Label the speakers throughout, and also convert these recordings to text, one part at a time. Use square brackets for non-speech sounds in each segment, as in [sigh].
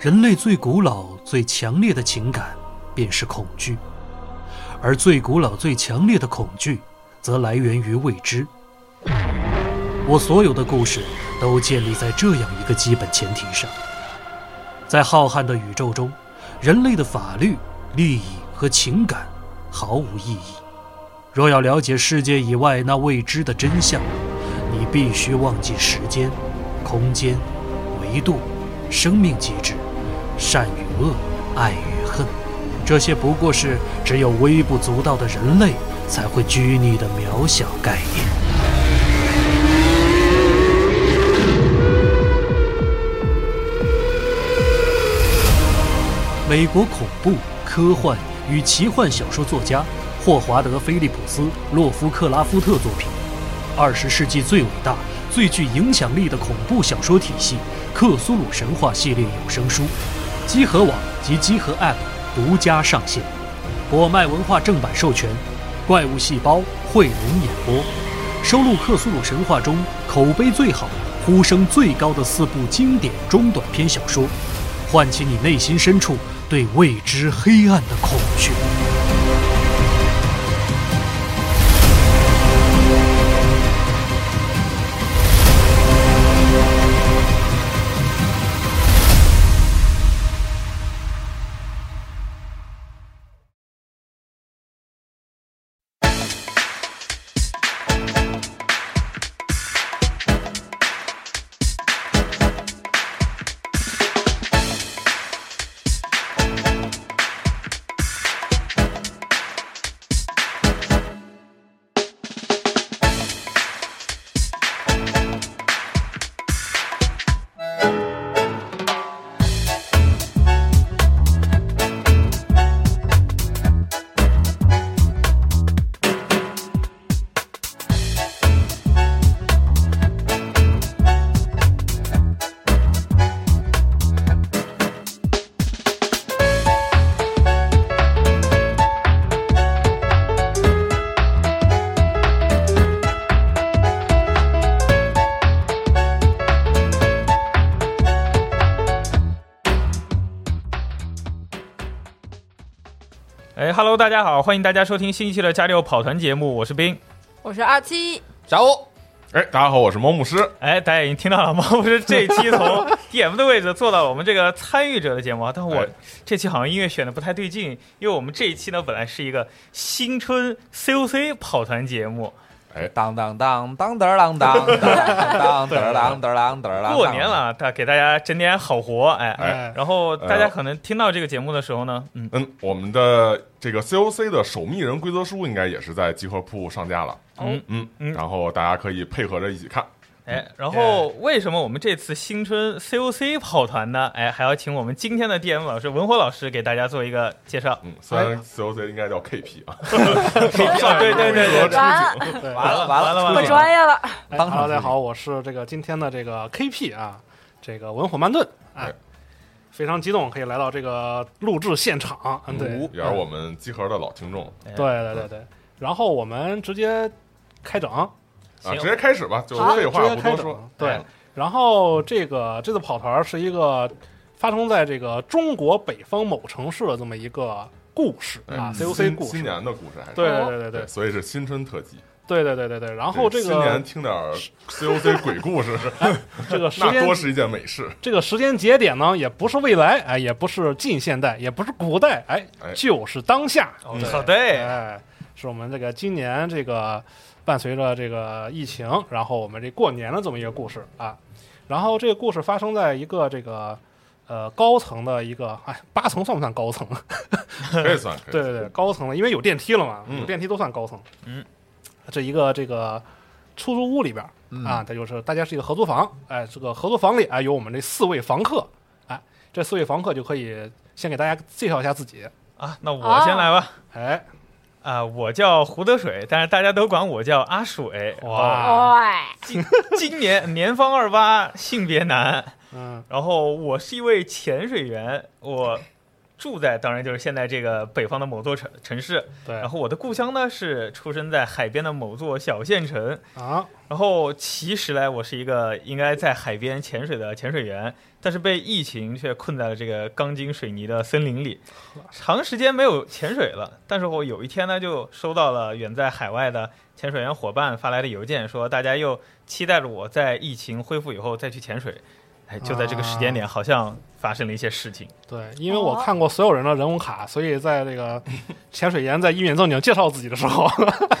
Speaker 1: 人类最古老、最强烈的情感便是恐惧，而最古老、最强烈的恐惧，则来源于未知。我所有的故事都建立在这样一个基本前提上：在浩瀚的宇宙中，人类的法律、利益和情感毫无意义。若要了解世界以外那未知的真相，你必须忘记时间、空间、维度、生命机制、善与恶、爱与恨，这些不过是只有微不足道的人类才会拘泥的渺小概念。美国恐怖、科幻与奇幻小说作家霍华德·菲利普斯·洛夫克拉夫特作品。二十世纪最伟大、最具影响力的恐怖小说体系《克苏鲁神话》系列有声书，集合网及集合 App 独家上线，果麦文化正版授权，怪物细胞汇龙演播，收录《克苏鲁神话》中口碑最好、呼声最高的四部经典中短篇小说，唤起你内心深处对未知黑暗的恐惧。
Speaker 2: 哎哈喽，大家好，欢迎大家收听新一期的加六跑团节目，我是冰。
Speaker 3: 我是二七，
Speaker 4: 小欧，
Speaker 5: 哎，大家好，我是猫牧师。
Speaker 2: 哎，大家已经听到了吗？ [laughs] 我是这一期从 DM 的位置坐到了我们这个参与者的节目啊，但我
Speaker 5: 哎
Speaker 2: 这期好像音乐选的不太对劲，因为我们这一期呢本来是一个新春 COC 跑团节目，
Speaker 4: 当当当当得啷当当当得啷得啷得啷。
Speaker 2: 过年了，啊，大给大家整点好活，哎，
Speaker 5: 哎
Speaker 2: 然后大家可能听到这个节目的时候呢，嗯，
Speaker 5: 嗯，我们的这个 COC 的守密人规则书应该也是在集合铺上架了。
Speaker 2: 嗯
Speaker 5: 嗯
Speaker 2: 嗯
Speaker 5: 然后大家可以配合着一起看。
Speaker 2: 哎，然后为什么我们这次新春 COC 跑团呢？哎，还要请我们今天的 DM 老师文火老师给大家做一个介绍。
Speaker 5: 嗯，虽
Speaker 6: 哎
Speaker 5: 然 COC 应该叫 KP 啊，
Speaker 2: 上对对对对，
Speaker 3: 完了，
Speaker 6: 对，
Speaker 4: 完了完
Speaker 2: 完
Speaker 4: 了
Speaker 2: 了
Speaker 3: 我专业了，
Speaker 6: 哎
Speaker 4: 当场
Speaker 6: 哈喽大家好，我是这个今天的这个 KP 啊，这个文火曼顿，哎
Speaker 5: 哎，
Speaker 6: 非常激动可以来到这个录制现场，嗯，对，
Speaker 5: 也是我们集合的老听众啊
Speaker 2: 哎
Speaker 6: 对对对对，然后我们直接开整，
Speaker 5: 啊，
Speaker 2: 行
Speaker 5: 直接开始吧，就
Speaker 6: 好
Speaker 5: 废话
Speaker 6: 直
Speaker 5: 不
Speaker 6: 接开
Speaker 5: 多
Speaker 6: 整
Speaker 5: 说。
Speaker 6: 对
Speaker 5: 哎
Speaker 6: 然后这个这次跑团是一个发生在这个中国北方某城市的这么一个故事啊
Speaker 5: 哎
Speaker 6: ，COC
Speaker 5: 新
Speaker 6: 故事
Speaker 5: 新，年的故事还是
Speaker 6: 对对对对
Speaker 5: 对，
Speaker 6: 对
Speaker 5: 所以是新春特辑。
Speaker 6: 对对对对对，然后这
Speaker 5: 新年
Speaker 6: 个
Speaker 5: 听点儿
Speaker 6: [laughs]
Speaker 5: COC 鬼故事，
Speaker 6: 这个时
Speaker 5: 那
Speaker 6: 间
Speaker 5: 多是一件美事。
Speaker 6: 这个时间节点呢，也不是未来，哎，也不是近现代，也不是古代，哎，
Speaker 5: 哎
Speaker 6: 就是当下。
Speaker 2: 哦
Speaker 5: 嗯
Speaker 2: 好对，
Speaker 6: 哎，是我们这个今年这个伴随着这个疫情，然后我们这过年的这么一个故事啊。然后这个故事发生在一个这个呃高层的一个，哎，八层算不算高层？ [laughs]
Speaker 5: 可以算，可以
Speaker 6: 对
Speaker 5: 算
Speaker 6: 对对，高层的，因为有电梯了嘛，
Speaker 5: 嗯
Speaker 6: 有电梯都算高层。
Speaker 2: 嗯，
Speaker 6: 这一个这个出租屋里边儿啊，它就是大家是一个合租房，哎，这个合租房里啊有我们这四位房客，哎，这四位房客就可以先给大家介绍一下自己，
Speaker 2: 啊，那我先来吧。
Speaker 6: 哎，
Speaker 2: 啊，我叫胡德水，但是大家都管我叫阿水。哦
Speaker 6: 哇
Speaker 3: 哇，
Speaker 2: 今年年方二八，性别男。
Speaker 6: 嗯
Speaker 2: 然后我是一位潜水员，我住在当然就是现在这个北方的某座城城市，
Speaker 6: 对
Speaker 2: 然后我的故乡呢是出生在海边的某座小县城。
Speaker 6: 啊，
Speaker 2: 然后其实呢，我是一个应该在海边潜水的潜水员，但是被疫情却困在了这个钢筋水泥的森林里，长时间没有潜水了。但是我有一天呢，就收到了远在海外的潜水员伙伴发来的邮件，说大家又期待着我在疫情恢复以后再去潜水。哎，就在这个时间点，好像发生了一些事情。
Speaker 6: 对，因为我看过所有人的人物卡，所以在这个潜水员在一面正经介绍自己的时候，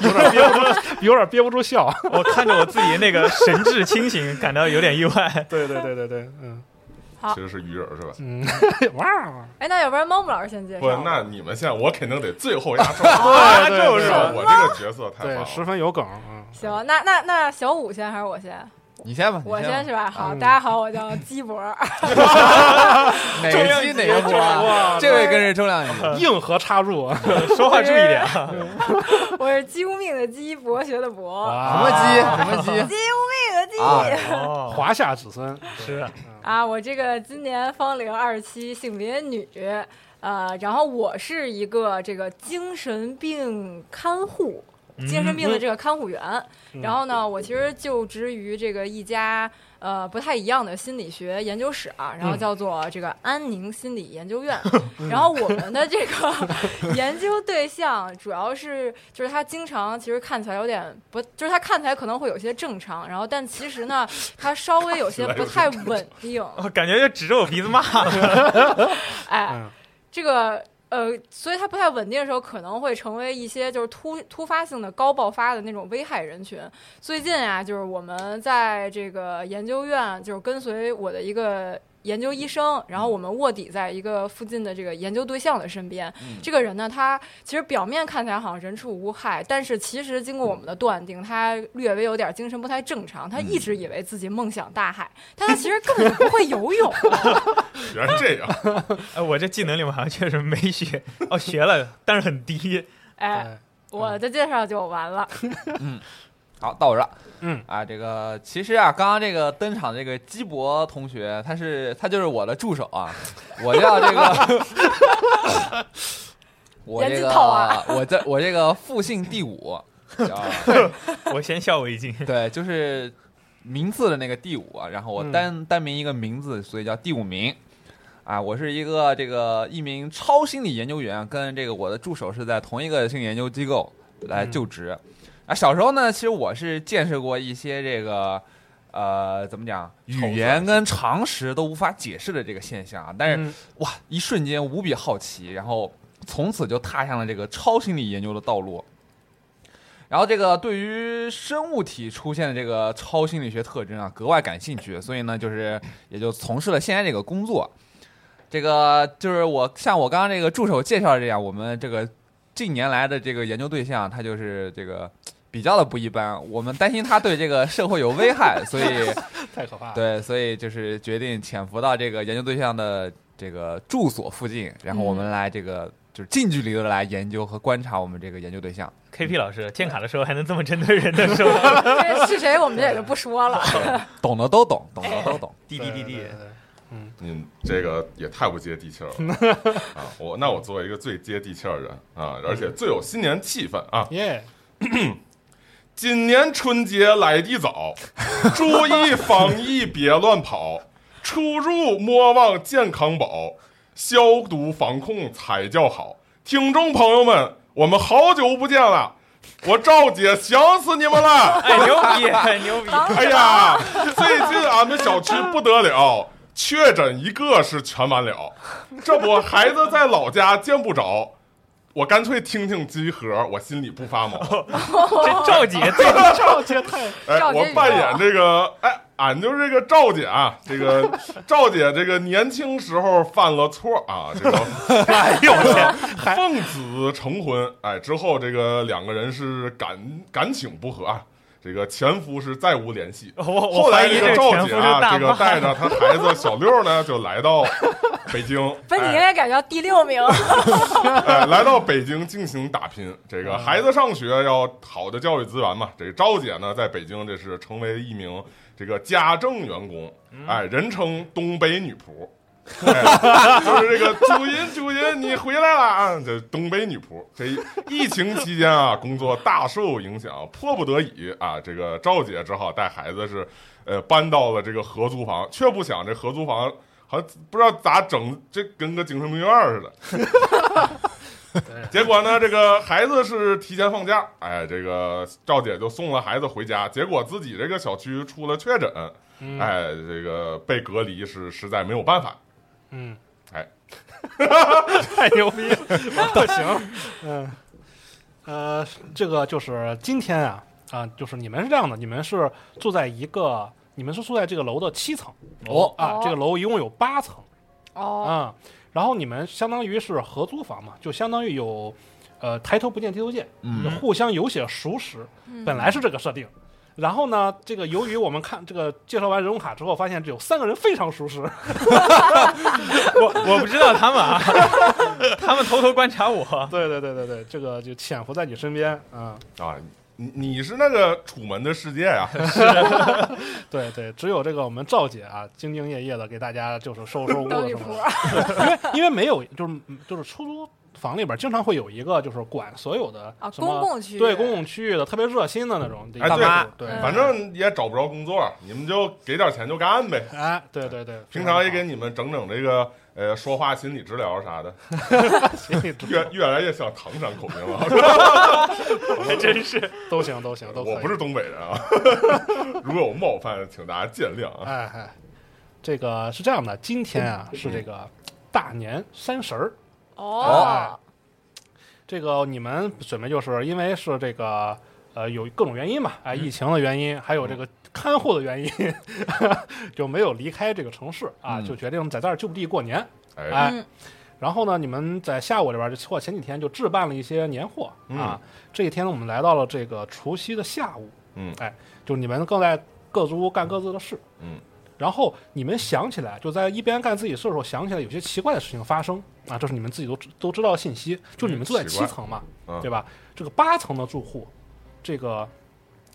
Speaker 6: [laughs] 有点憋不住，有点憋不住笑。
Speaker 2: 我看着我自己那个神志清醒，感到有点意外。
Speaker 6: [laughs] 对对对对对，嗯
Speaker 5: 其实是鱼人是吧？
Speaker 6: 嗯，哇，哦
Speaker 3: 哎，那要不然猫木老师先介绍
Speaker 5: 不
Speaker 3: 吧？，
Speaker 5: 那你们现在我肯定得最后压
Speaker 2: [laughs]
Speaker 5: 轴，
Speaker 2: 啊，
Speaker 6: 对
Speaker 2: 就是 [laughs]
Speaker 6: 对
Speaker 5: 我我这个角色太棒
Speaker 6: 对，
Speaker 5: 了。
Speaker 6: 十分有梗。嗯，
Speaker 3: 行，那那那小五先还是我先？
Speaker 4: 你先吧，
Speaker 3: 我
Speaker 4: 你先
Speaker 3: 先是吧？好，
Speaker 6: 嗯
Speaker 3: 大家好，我叫鸡脖儿。
Speaker 4: 吧哪个鸡哪个锅啊？这位跟是重量级，
Speaker 6: 嗯硬核插入啊，
Speaker 2: [laughs] 说话注意点啊。
Speaker 3: [laughs] 我是鸡无命的鸡，博学的博，
Speaker 6: 嗯
Speaker 4: 什
Speaker 6: 啊
Speaker 4: 么鸡什么鸡
Speaker 3: 鸡无命的鸡
Speaker 4: 啊？
Speaker 2: 哦，
Speaker 6: 华夏子孙，
Speaker 2: 是
Speaker 3: 啊！我这个今年芳龄二十七，性别女，呃，然后我是一个这个精神病看护。精神病的这个看护员，然后呢，我其实就职于这个一家呃不太一样的心理学研究室啊，然后叫做这个安宁心理研究 [laughs] 院。然后我们的这 [laughs] 个研究对象主要是就是他经常其实看起来有点不，就是他看起来可能会有些正常，然后但其实呢，他稍微有些不太稳定，
Speaker 2: 我哦感觉就指着我鼻子骂。 [laughs]
Speaker 3: 哎
Speaker 6: 嗯，
Speaker 3: 这个呃，所以它不太稳定的时候，可能会成为一些就是突突发性的高爆发的那种危害人群。最近啊，就是我们在这个研究院，就是跟随我的一个。研究医生，然后我们卧底在一个附近的这个研究对象的身边。这个人呢，他其实表面看起来好像人畜无害，但是其实经过我们的断定，他略微有点精神不太正常。他一直以为自己梦想大海，但他其实根本就不会游泳。
Speaker 5: 原来这样，
Speaker 2: 哎，我这技能里面好像确实没学，哦，学了，但是很低。
Speaker 3: 哎，
Speaker 6: 哎
Speaker 3: 我的介绍就完了。
Speaker 4: 好，到我这儿了。
Speaker 6: 嗯
Speaker 4: 啊，这个其实啊，刚刚这个登场这个鸡博同学，他是他就是我的助手啊，我叫这个，我这
Speaker 3: 严
Speaker 4: 个
Speaker 3: 字套啊
Speaker 4: 我这我这个复姓第五，你知道吧
Speaker 2: 我先笑为敬。
Speaker 4: 对，就是名字的那个第五啊，然后我单、单名一个名字，所以叫第五名。啊，我是一个这个一名超心理研究员，跟这个我的助手是在同一个心理研究机构来就职。啊，小时候呢，其实我是见识过一些这个。呃，怎么讲？语言跟常识都无法解释的这个现象啊，但是、
Speaker 6: 嗯
Speaker 4: 哇，一瞬间无比好奇，然后从此就踏上了这个超心理研究的道路。然后这个对于生物体出现的这个超心理学特征啊，格外感兴趣，所以呢，就是也就从事了现在这个工作。这个就是我像我刚刚这个助手介绍的这样，我们这个近年来的这个研究对象，他就是这个比较的不一般。我们担心他对这个社会有危害，所以
Speaker 6: 太可怕了。
Speaker 4: 对，所以就是决定潜伏到这个研究对象的这个住所附近，然后我们来这个就是近距离的来研究和观察我们这个研究对象。
Speaker 2: KP 老师建卡的时候还能这么针对人的时
Speaker 5: [laughs]
Speaker 2: 候，
Speaker 3: 这是谁我们这也就不说
Speaker 6: [laughs]
Speaker 3: 了。
Speaker 4: 懂的都懂，懂的 [laughs] 都懂。
Speaker 2: 滴滴滴滴
Speaker 6: 对，对对
Speaker 5: 你嗯这个也太不接地气儿了啊！我那我作为一个最接地气儿的人啊，而且最有新年气氛啊，
Speaker 6: 耶，
Speaker 5: 今年春节来得早，注意防疫别乱跑，出入莫忘健康宝，消毒防控才叫好。听众朋友们，我们好久不见了，我赵姐想死你们了！
Speaker 2: 哎，牛逼，牛
Speaker 3: [laughs]
Speaker 2: 逼！
Speaker 3: 防
Speaker 5: 哎呀，最近俺们小区不得了，确诊一个是全完了，这不孩子在老家见不着。我干脆听听集合，我心里不
Speaker 3: [laughs]
Speaker 5: 发毛。
Speaker 2: 这赵姐最
Speaker 6: 赵姐太
Speaker 5: 哎，
Speaker 3: 赵姐
Speaker 5: 我
Speaker 3: 宇宙
Speaker 5: 扮演这个，哎，俺就是这个赵姐啊，这个赵姐，这个年轻时候犯了错啊，这个
Speaker 2: [laughs] 哎
Speaker 5: [laughs]
Speaker 2: 呦我天，
Speaker 5: 奉子成婚，哎，之后这个两个人是感感情不和啊。这个前夫是再无联系，
Speaker 2: 我我
Speaker 5: 后来
Speaker 2: 怀疑
Speaker 5: 这个
Speaker 2: 这
Speaker 5: 赵
Speaker 2: 前
Speaker 5: 姐
Speaker 2: 夫是
Speaker 5: 啊，
Speaker 2: 大
Speaker 5: 这个
Speaker 2: 妈
Speaker 5: 带着她孩子小六呢，就来到北京，
Speaker 3: [laughs] 分你应该
Speaker 5: 哎
Speaker 3: 改叫第六
Speaker 6: [laughs]
Speaker 3: 名。
Speaker 5: 哎，来到北京进行打拼。这个孩子上学要好的教育资源嘛。这个赵姐呢，在北京这是成为一名这个家政员工，哎，人称东北女仆。对就是这个主音主音，你回来了啊！这东北女仆，这疫情期间啊，工作大受影响，迫不得已啊，这个赵姐只好带孩子是，呃，搬到了这个合租房，却不想这合租房好像不知道咋整，这跟个精神病院似的。 [laughs] 结果呢，这个孩子是提前放假，哎，这个赵姐就送了孩子回家，结果自己这个小区出了确诊，
Speaker 6: 嗯
Speaker 5: 哎，这个被隔离是实在没有办法。
Speaker 6: 嗯，
Speaker 5: 哎，
Speaker 2: 哎
Speaker 6: 太牛逼了，不 [laughs] 行，嗯，呃，这个就是今天啊啊、就是你们是这样的，你们是住在一个，你们是住在这个楼的七层
Speaker 4: 哦，
Speaker 6: 啊
Speaker 3: 哦，
Speaker 6: 这个楼一共有八层
Speaker 3: 哦，
Speaker 6: 啊、然后你们相当于是合租房嘛，就相当于有呃抬头不见低头见，
Speaker 4: 嗯，
Speaker 6: 互相有些熟识，
Speaker 3: 嗯
Speaker 6: 本来是这个设定。然后呢，这个由于我们看这个介绍完人物卡之后，发现只有三个人非常熟识，
Speaker 2: 我不知道他们啊，他们偷偷观察我。
Speaker 6: [laughs] 对对对对对，这个就潜伏在你身边啊、
Speaker 5: 啊，你你是那个《楚门的世界》啊呀？
Speaker 6: 对对，只有这个我们赵姐啊，兢兢业业的给大家就是收收屋
Speaker 3: 当啊
Speaker 6: 子
Speaker 3: 女
Speaker 6: 什么的，
Speaker 3: 仆，
Speaker 6: 因为没有就是就是出租房里边经常会有一个就是管所有的
Speaker 3: 啊
Speaker 6: 什么
Speaker 3: 公共区域
Speaker 6: 对公共区域的特别热心的那种
Speaker 5: 哎
Speaker 6: 大
Speaker 5: 对
Speaker 6: 妈，对，
Speaker 3: 嗯
Speaker 5: 反正也找不着工作，你们就给点钱就干呗。
Speaker 6: 哎，对对对，
Speaker 5: 平常也给你们整整这个呃说话心理治疗啥的，
Speaker 6: 给
Speaker 5: 越越来越像唐山口音了。
Speaker 2: 还真是，
Speaker 6: 都行都行都可以，
Speaker 5: 我不是东北人啊， [laughs] 如果有冒犯，请大家见谅啊。
Speaker 6: 哎哎，这个是这样的，今天
Speaker 5: [laughs]
Speaker 6: 啊是这个大年三十儿，
Speaker 3: 哦，
Speaker 6: 这个你们准备就是因为是这个呃有各种原因嘛，哎，疫情的原因，还有这个看护的原因， [laughs] 就没有离开这个城市啊，
Speaker 4: 嗯
Speaker 6: 就决定在这儿就地过年。
Speaker 5: 哎，
Speaker 6: 哎
Speaker 3: 嗯，
Speaker 6: 然后呢，你们在下午这边就或前几天就置办了一些年货啊。这一天呢，我们来到了这个除夕的下午，
Speaker 5: 嗯
Speaker 6: 哎，就你们各在各自干各自的事，
Speaker 5: 嗯。
Speaker 6: 然后你们想起来，就在一边干自己事的时候，想起来有些奇怪的事情发生啊，这是你们自己都知都知道的信息。就你们住在
Speaker 5: 奇
Speaker 6: 七
Speaker 5: 怪
Speaker 6: 层嘛，
Speaker 5: 嗯
Speaker 6: 对吧？这个八层的住户，这个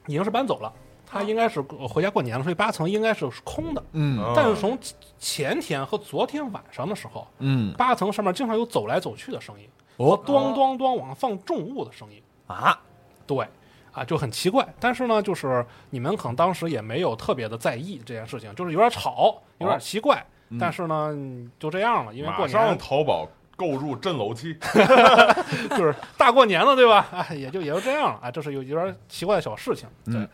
Speaker 6: 已经是搬走了，他
Speaker 5: 嗯
Speaker 6: 应该是呃回家过年了，所以八层应该是空的。
Speaker 4: 嗯
Speaker 5: 哦
Speaker 6: 但是从前天和昨天晚上的时候，
Speaker 4: 嗯，
Speaker 6: 八层上面经常有走来走去的声音，
Speaker 4: 哦
Speaker 6: 咣咣咣往上放重物的声音。
Speaker 4: 啊，
Speaker 6: 对，啊，就很奇怪。但是呢，就是你们可能当时也没有特别的在意这件事情，就是有点吵，有
Speaker 4: 哦
Speaker 6: 点奇怪。但是呢，嗯就这样了，因为过
Speaker 5: 马上
Speaker 6: 年
Speaker 5: 淘宝购入震楼器，
Speaker 6: [laughs] 就是大过年了，对吧？哎，也就也就这样了。啊，这是有有点奇怪的小事情。对。
Speaker 4: 嗯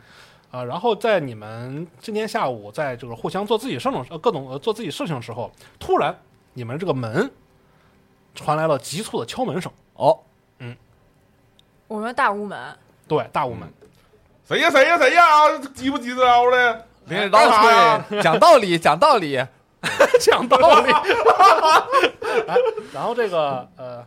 Speaker 6: 啊，然后在你们今天下午在这个互相做自己事情、呃各种呃做自己事情的时候，突然你们这个门传来了急促的敲门声，
Speaker 4: 哦，
Speaker 3: 我们大屋门，
Speaker 6: 对，大屋门，
Speaker 5: 谁呀谁呀谁呀，急不急得着的？啊
Speaker 6: 哎
Speaker 4: 别
Speaker 5: 干
Speaker 4: 老
Speaker 5: 啥呀？
Speaker 4: 吹，哎讲道理，讲道理，
Speaker 6: [laughs] 讲道理。 [laughs] 哎，然后这个呃，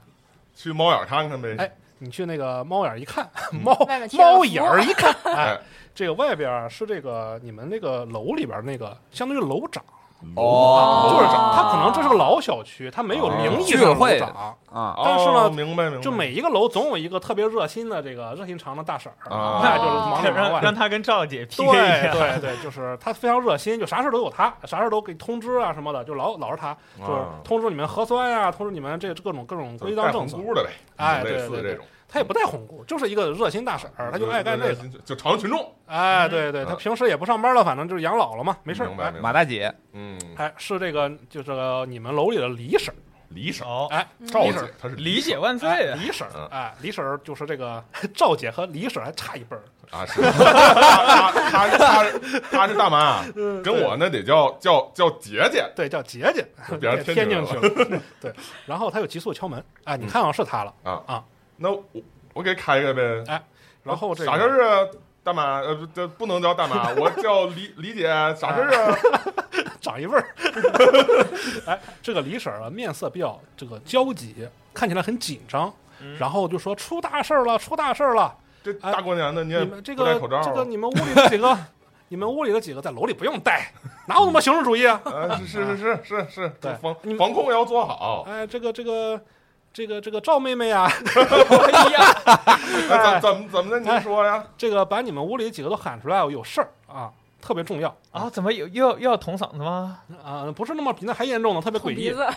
Speaker 5: 去猫眼看看呗。
Speaker 6: 哎，你去那个猫眼儿一看，猫
Speaker 3: 外面贴了
Speaker 6: 猫
Speaker 3: 符
Speaker 6: 眼儿一看，
Speaker 5: 哎
Speaker 6: 哎，这个外边儿是这个你们那个楼里边儿那个，相当于楼长，
Speaker 5: 嗯
Speaker 4: 哦
Speaker 6: 就是长，他可能这是个老小区，他没有名义
Speaker 4: 居
Speaker 6: 上
Speaker 4: 委
Speaker 6: 的楼
Speaker 4: 会
Speaker 6: 长，
Speaker 4: 啊，
Speaker 6: 但是呢
Speaker 5: 哦明白明白，
Speaker 6: 就每一个楼总有一个特别热心的这个热心肠的大婶儿，
Speaker 5: 啊
Speaker 6: [laughs] 那就是忙里忙
Speaker 2: 让
Speaker 6: 外
Speaker 2: 让。他跟赵姐 PK
Speaker 6: [laughs] 对
Speaker 2: 一下。
Speaker 6: 对对，就是他非常热心，就啥事儿都有他，啥事儿都给通知啊什么的，就老老是他，就是
Speaker 5: 啊
Speaker 6: 通知你们核酸呀、通知你们这各种各种规
Speaker 5: 带
Speaker 6: 章
Speaker 5: 红
Speaker 6: 政策。
Speaker 5: 箍的呗，
Speaker 6: 哎
Speaker 5: 类
Speaker 6: 对
Speaker 5: 似
Speaker 6: 对
Speaker 5: 这
Speaker 6: 对
Speaker 5: 种，
Speaker 6: 他也不带红箍，就是一个热心大婶儿，他就爱干这个。
Speaker 5: 个，就朝阳群众，
Speaker 6: 哎，对对，他
Speaker 5: 嗯
Speaker 6: 平时也不上班了，反正就是养老了嘛，没事儿。
Speaker 5: 明白明白
Speaker 4: 马大姐，
Speaker 5: 嗯，
Speaker 6: 哎，哎是这个，就是这个你们楼里的李婶儿，
Speaker 5: 李婶、
Speaker 2: 哦，
Speaker 6: 哎，
Speaker 5: 赵
Speaker 6: 李婶
Speaker 5: 姐，她是
Speaker 2: 理解万岁
Speaker 6: 哎
Speaker 2: 啊！
Speaker 6: 李婶儿
Speaker 5: 嗯，
Speaker 6: 哎，李婶儿就是这个 [laughs] 赵姐和李婶儿还差一辈儿，
Speaker 5: 啊，是，她她她是她是大妈啊，
Speaker 6: 嗯
Speaker 5: 跟我那得叫叫叫姐姐，
Speaker 6: [laughs] 对，叫姐
Speaker 5: [laughs]
Speaker 6: 姐，
Speaker 5: 别
Speaker 6: [laughs]
Speaker 5: 人嗯
Speaker 6: 天
Speaker 5: 天
Speaker 6: 津
Speaker 5: 津
Speaker 6: 去
Speaker 5: 去
Speaker 6: 了。对，然后他又急速敲门，哎，你看到是他了，
Speaker 5: 那我我给开开呗。
Speaker 6: 哎然后这个
Speaker 5: 啥事儿啊，大妈？呃，不这不能叫大
Speaker 6: [laughs]
Speaker 5: 妈，我叫李李姐，啥事儿啊？
Speaker 6: 哎长一辈
Speaker 5: [laughs]
Speaker 6: 儿。哎，这个李婶儿啊，面色比较这个焦急，看起来很紧张，
Speaker 5: 嗯
Speaker 6: 然后就说出大事儿了，出大事儿了。
Speaker 5: 这大过年的你也
Speaker 6: 哎你们这
Speaker 5: 不戴
Speaker 6: 个
Speaker 5: 口罩
Speaker 6: 这个
Speaker 5: 啊？
Speaker 6: 你们屋里的几个，你们屋里的几个在楼里不用戴，哪有那么形式主义啊？ [laughs]
Speaker 5: 啊，是是是是是是，
Speaker 6: 对
Speaker 5: 防
Speaker 6: 你们
Speaker 5: 防控要做好。
Speaker 6: 哎，这个这个这个这个赵妹妹啊，
Speaker 2: 哎呀，
Speaker 5: 哎，怎怎么怎么的？您说呀？
Speaker 6: 这个把你们屋里几个都喊出来，我有事儿啊。特别重要
Speaker 2: 啊，怎么有又要又要捅嗓子吗？
Speaker 6: 啊、不是那么比那还严重的，特别诡
Speaker 3: 捅
Speaker 6: 异
Speaker 3: 鼻子，
Speaker 4: 啊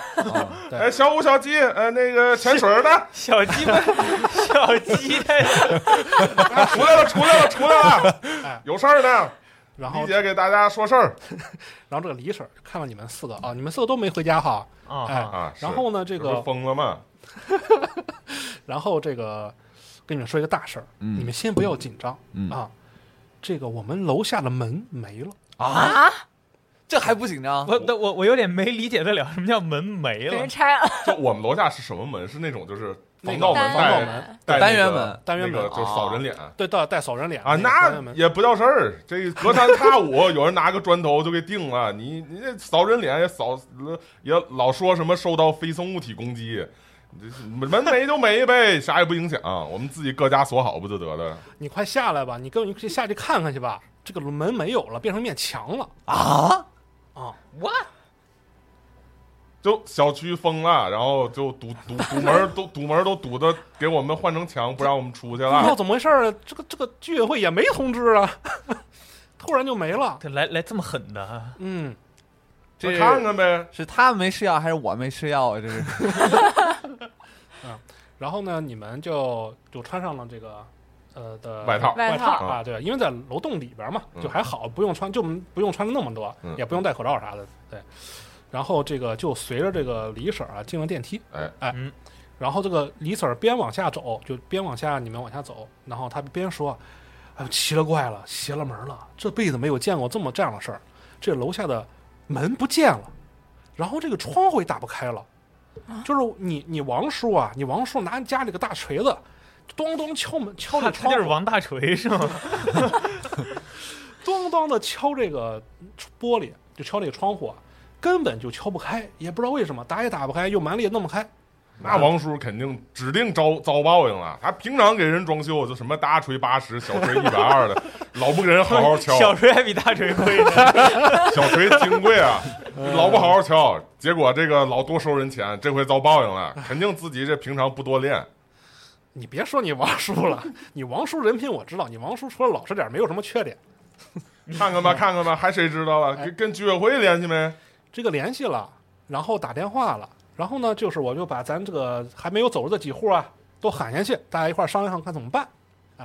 Speaker 6: 对
Speaker 5: 哎，小五、小鸡，呃，那个潜水
Speaker 6: [laughs]
Speaker 5: 的，
Speaker 2: 小鸡们，小鸡太
Speaker 5: 啊出来了，出来了，出来了
Speaker 6: 哎，
Speaker 5: 有事儿呢。
Speaker 6: 然后
Speaker 5: 李，姐给大家说事儿
Speaker 6: 然后这个李婶儿看到你们四个啊，你们四个都没回家哈。
Speaker 2: 啊
Speaker 6: 哎
Speaker 5: 啊。是
Speaker 6: 然后呢，这
Speaker 5: 这不是
Speaker 6: 个，
Speaker 5: 疯了吗？
Speaker 6: 然后这个，跟你们说一个大事儿，
Speaker 4: 嗯
Speaker 6: 你们先不要紧张、
Speaker 4: 嗯
Speaker 6: 啊。这个我们楼下的门没了，
Speaker 4: 啊，这还不紧
Speaker 6: 啊
Speaker 4: 张？
Speaker 2: 我我我有点没理解得了什么叫门没
Speaker 3: 给
Speaker 2: 了
Speaker 3: 人，拆了，
Speaker 5: 就我们楼下是什么门？是那种就是防
Speaker 6: 那个
Speaker 5: 盗
Speaker 3: 单
Speaker 5: 门
Speaker 6: 防盗
Speaker 5: 带
Speaker 6: 门
Speaker 5: 带
Speaker 4: 单元
Speaker 5: 那个
Speaker 4: 门
Speaker 6: 单元
Speaker 5: 那个
Speaker 6: 门啊
Speaker 5: 就是扫人脸
Speaker 6: 对，带带扫人脸
Speaker 5: 啊，
Speaker 6: 那个单元
Speaker 5: 那
Speaker 6: 门
Speaker 5: 也不叫事儿。这隔三差五 [laughs] 有人拿个砖头就给定了，你你这扫人脸也扫，也老说什么受到非生物体攻击，你这门没就没呗，啥也不影响，我们自己各家锁好不就得了？
Speaker 6: 你快下来吧，你跟我你可以下去看看去吧。这个门没有了，变成一面墙了。
Speaker 4: 啊，
Speaker 5: 就小区封了，然后就堵堵堵门儿都堵门儿都堵的，给我们换成墙，不让我们出去
Speaker 6: 不知道
Speaker 5: 了。
Speaker 6: 怎么回事儿，啊这个这个居委会也没通知啊， [laughs] 突然就没了。
Speaker 2: 对，来来这么狠的啊，
Speaker 6: 嗯，
Speaker 5: 那
Speaker 4: 这
Speaker 5: 看看呗，
Speaker 4: 是他没吃药还是我没吃药啊？这是
Speaker 6: 然后呢，你们就就穿上了这个呃的
Speaker 5: 外套
Speaker 6: 外
Speaker 3: 外套
Speaker 6: 啊，对，因为在楼栋里边嘛，
Speaker 5: 嗯
Speaker 6: 就还好，不用穿，就不用穿的那么多
Speaker 5: 嗯，
Speaker 6: 也不用戴口罩啥的，对。然后这个就随着这个李婶儿啊进了电梯，
Speaker 5: 哎
Speaker 6: 哎
Speaker 2: 嗯，
Speaker 6: 然后这个李婶儿边往下走，就边往下你们往下走，然后她边说：“哎呦，奇了怪了，邪了门了，这辈子没有见过这么这样的事儿，这楼下的门不见了，然后这个窗户也打不开了。”就是你，你王叔啊，你王叔拿家里个大锤子，咚咚敲门，敲这
Speaker 2: 他
Speaker 6: 个
Speaker 2: 他
Speaker 6: 窗
Speaker 2: 就是
Speaker 6: 户，
Speaker 2: 王大锤是
Speaker 6: [laughs]
Speaker 2: 吗？
Speaker 6: 咣当的敲这个玻璃，就敲这个窗户啊，根本就敲不开，也不知道为什么，打也打不开，用蛮力也弄不开。
Speaker 5: 那王叔肯定指定遭遭报应了。他平常给人装修就什么大锤八十，小锤一百二的， [laughs] 老不给人好好敲，
Speaker 2: 小锤还比大锤贵
Speaker 6: [laughs]
Speaker 2: 呢。
Speaker 5: 小锤金贵啊，老不好好敲，结果这个老多收人钱，这回遭报应了，肯定自己这平常不多练。
Speaker 6: 你别说你王叔了， [laughs] 你王叔人品我知道，你王叔除了老实点儿，没有什么缺点。
Speaker 5: 看看吧，看看吧，还谁知道啊？
Speaker 6: 哎
Speaker 5: 跟跟居委会联系没？
Speaker 6: 这个联系了，然后打电话了，然后呢，就是我就把咱这个还没有走的几户啊都喊下去，大家一块儿商量看怎么办。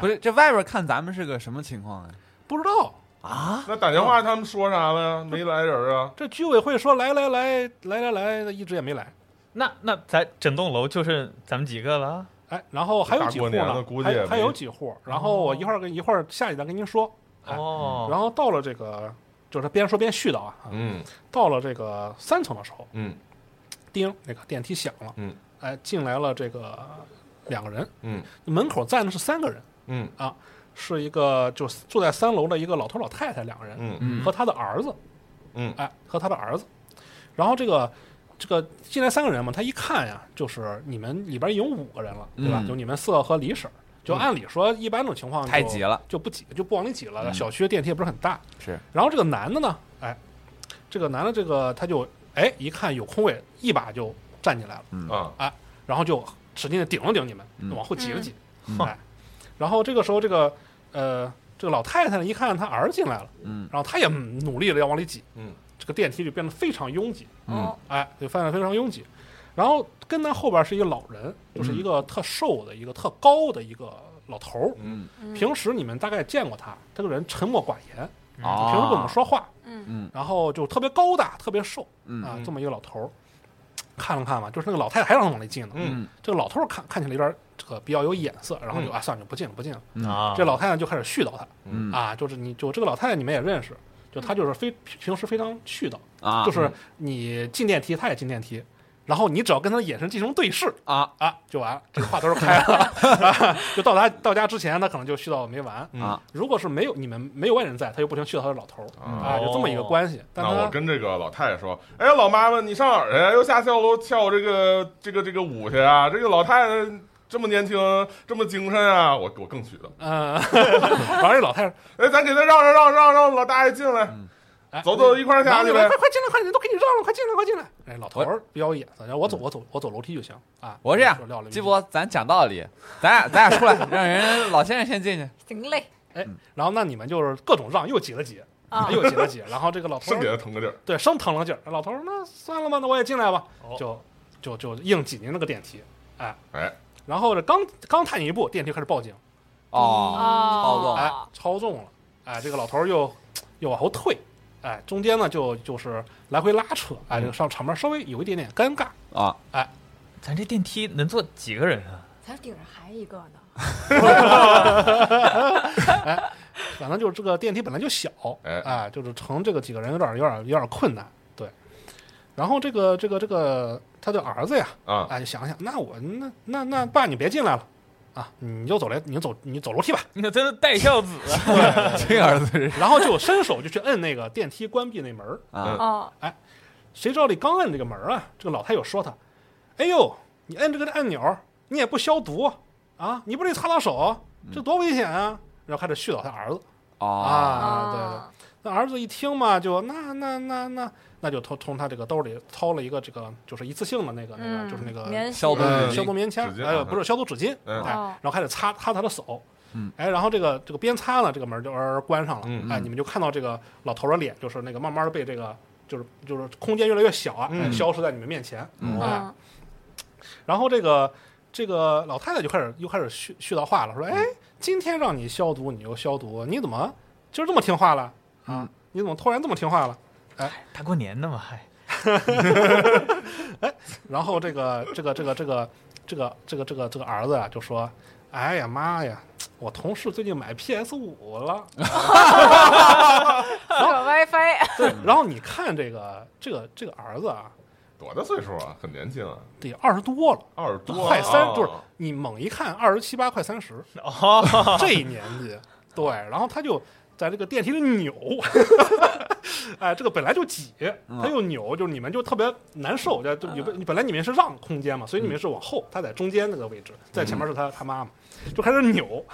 Speaker 4: 不是这外边看咱们是个什么情况啊？
Speaker 6: 不知道
Speaker 4: 啊，
Speaker 5: 那打电话他们说啥了呀？没来人啊？
Speaker 6: 这居委会说来来来来来来，一直也没来。
Speaker 2: 那那咱整栋楼就是咱们几个了啊，
Speaker 6: 哎，然后还有几
Speaker 5: 大过
Speaker 6: 户
Speaker 5: 年
Speaker 6: 呢
Speaker 5: 的估？计也
Speaker 6: 还
Speaker 5: 没嗯
Speaker 6: 还有几户，然后我一会儿跟一会儿下一单跟您说。哎
Speaker 2: 哦，
Speaker 6: 然后到了这个，就是边说边絮叨啊，
Speaker 5: 嗯
Speaker 6: 到了这个三层的时候，
Speaker 5: 嗯
Speaker 6: 叮，那个电梯响了，
Speaker 5: 嗯，
Speaker 6: 哎，进来了这个两个人，
Speaker 5: 嗯
Speaker 6: 门口站的是三个人，
Speaker 5: 嗯
Speaker 6: 是一个就是住在三楼的一个老头老太太两个人，
Speaker 5: 嗯
Speaker 4: 嗯
Speaker 6: 和他的儿子，
Speaker 5: 嗯
Speaker 6: 哎，和他的儿子，然后这个。这个进来三个人嘛，他一看呀，就是你们里边已经有五个人了，对吧？
Speaker 4: 嗯
Speaker 6: 就你们四个和李婶儿，就按理说一般这种情况就
Speaker 4: 太挤了，
Speaker 6: 就不挤，就不往里挤了。
Speaker 4: 嗯
Speaker 6: 小区的电梯也不是很大，
Speaker 4: 是。
Speaker 6: 然后这个男的呢，哎，这个男的这个他就哎一看有空位，一把就站起来了，
Speaker 5: 啊，
Speaker 6: 然后就使劲的顶了顶你们，
Speaker 4: 嗯
Speaker 6: 往后挤了挤，
Speaker 4: 嗯
Speaker 6: 哎，然后这个时候这个呃这个老太太呢一看她儿子进来了，
Speaker 4: 嗯
Speaker 6: 然后她也努力的要往里挤，
Speaker 5: 嗯，
Speaker 6: 这个电梯就变得非常拥挤，
Speaker 3: 哦，
Speaker 6: 哎，就发现非常拥挤。然后跟他后边是一个老人，
Speaker 4: 嗯
Speaker 6: 就是一个特瘦的、一个特高的一个老头儿。
Speaker 5: 嗯
Speaker 3: 嗯
Speaker 6: 平时你们大概见过他，这个人沉默寡言，
Speaker 4: 啊，
Speaker 6: 嗯平时不怎么说话，
Speaker 3: 嗯
Speaker 4: 嗯
Speaker 6: 然后就特别高大、特别瘦
Speaker 4: 嗯
Speaker 6: 啊
Speaker 5: 嗯，
Speaker 6: 这么一个老头儿，看了看吧，就是那个老太太还让他往里进呢。
Speaker 5: 嗯
Speaker 6: 这个老头儿看看起来有点儿这个比较有眼色，然后就
Speaker 5: 嗯
Speaker 6: 啊，算了，不进了，不进了。
Speaker 2: 啊
Speaker 6: 嗯这老太太就开始絮叨他
Speaker 4: 嗯
Speaker 6: 啊，就是你就这个老太太你们也认识，就她就是非平时非常絮叨，
Speaker 4: 啊，
Speaker 6: 就是你进电梯，她也进电梯。然后你只要跟她的眼神进行对视
Speaker 4: 啊
Speaker 6: 啊，就完了，这个话头儿开了， [laughs] 啊就到达到家之前，她可能就絮叨没完。
Speaker 5: 嗯
Speaker 4: 啊，
Speaker 6: 如果是没有你们没有外人在，她就不停絮叨她的老头儿
Speaker 5: 啊。
Speaker 6: 啊，就这么一个关系。但
Speaker 5: 那
Speaker 6: 她
Speaker 5: 我跟这个老太太说，哎，老妈妈，你上哪儿去呀？又下跳楼跳这个这个这个舞去啊？这个老太太这么年轻，这么精神啊！我我更娶了。
Speaker 6: 嗯， [laughs] 然后这老太太，
Speaker 5: 哎，咱给她让让让让让老大爷进来，
Speaker 6: 哎，
Speaker 5: 走走一块儿下
Speaker 6: 男
Speaker 5: 去
Speaker 6: 的
Speaker 5: 呗
Speaker 6: 快。快进来，快进来，都给你让了，快进来，快进来。哎，老头儿比较有眼色，然后我走，我走，我走楼梯就行啊。
Speaker 4: 我这样
Speaker 6: 就撂了，一句
Speaker 4: 鸡。脖，咱讲道理，咱俩咱俩 [laughs] 出来，让人老先生先进去。
Speaker 3: 行嘞，
Speaker 6: 哎，然后那你们就是各种让，又挤了挤，
Speaker 3: 啊
Speaker 6: [laughs] 又挤了挤，然后这个老头
Speaker 5: 是
Speaker 6: 儿
Speaker 5: 给他腾个地儿，
Speaker 6: 对生腾了劲儿，老头儿说那算了吧，那我也进来吧，就就就硬挤进那个电梯，哎
Speaker 5: 哎，
Speaker 6: 然后这刚刚踏进一步，电梯开始报警，
Speaker 4: 哦，暴动
Speaker 6: 哎
Speaker 3: 啊，，
Speaker 6: 超重了，哎，这个老头儿又又往后退，哎，中间呢就就是来回拉扯，哎，这个上场面稍微有一点点尴尬，
Speaker 4: 啊，
Speaker 2: 咱这电梯能坐几个人啊？
Speaker 3: 咱顶上还一个呢，
Speaker 6: 反正就是这个电梯本来就小，
Speaker 5: 哎
Speaker 6: 哎，就是乘这个几个人有点有点有点困难，对。然后这个这个这个他的儿子呀，
Speaker 5: 啊
Speaker 6: 哎，就想想，那我那那那爸你别进来了。啊，你就走来，你就走，你走楼梯吧。
Speaker 2: 你可真是带孝子啊！
Speaker 6: [laughs]
Speaker 4: 亲儿子是
Speaker 6: 然后就伸手就去摁那个电梯关闭那门儿
Speaker 4: 啊，
Speaker 3: 哦，
Speaker 6: 谁知道这刚摁这个门儿啊，这个老太友说他：“哎呦，你摁这个按钮，你也不消毒啊，你不得擦擦手，这多危险啊！”然后开始絮叨他儿子
Speaker 4: 哦，
Speaker 6: 啊，对对。那儿子一听嘛，就那那那那那就从从他这个兜里掏了一个这个就是一次性的那个那个、
Speaker 3: 嗯，
Speaker 6: 就是那个
Speaker 3: 免洗
Speaker 4: 消毒
Speaker 6: 呃
Speaker 4: 纸巾
Speaker 6: 消毒棉签儿
Speaker 5: 嗯纸，巾
Speaker 6: 哎呦
Speaker 5: 啊
Speaker 6: 不是消毒纸巾，
Speaker 5: 嗯
Speaker 6: 哎，
Speaker 3: 哦
Speaker 6: 然后开始擦擦他的手，
Speaker 4: 嗯，
Speaker 6: 哎，然后这个这个边擦呢，这个门就呃关上了，
Speaker 5: 嗯
Speaker 6: 哎，
Speaker 4: 嗯
Speaker 6: 你们就看到这个老头儿的脸，就是那个慢慢的被这个就是就是空间越来越小啊，
Speaker 5: 嗯
Speaker 6: 哎消失在你们面前，
Speaker 4: 嗯
Speaker 6: 哎，
Speaker 3: 嗯，
Speaker 6: 然后这个这个老太太就开始又开始絮絮叨话了，
Speaker 5: 嗯
Speaker 6: 说：“哎，今天让你消毒，你又消毒，你怎么今儿这么听话了啊
Speaker 4: 嗯？
Speaker 6: 你怎么突然这么听话了
Speaker 2: 大过年的嘛，还？”
Speaker 6: 然后这个这个这个这个这个这个这个这个儿子啊，就说：“哎呀妈呀，我同事最近买 PS 五了。
Speaker 3: 这个
Speaker 6: [laughs]
Speaker 3: WiFi，
Speaker 6: 对，然后你看这个这个这个儿子啊，
Speaker 5: 多大岁数啊？很年轻啊，
Speaker 6: 得二十多了。
Speaker 5: 二十多，
Speaker 6: 快三
Speaker 5: 啊
Speaker 6: 就是你猛一看二十七八，快三十
Speaker 2: 哦，
Speaker 6: 这一年纪，对，然后他就在这个电梯里扭， [laughs] 哎，这个本来就挤，他又扭，就是你们就特别难受，就就你本本来你们是让空间嘛，所以你们是往后，他在中间那个位置，在前面是他他妈妈，就开始扭，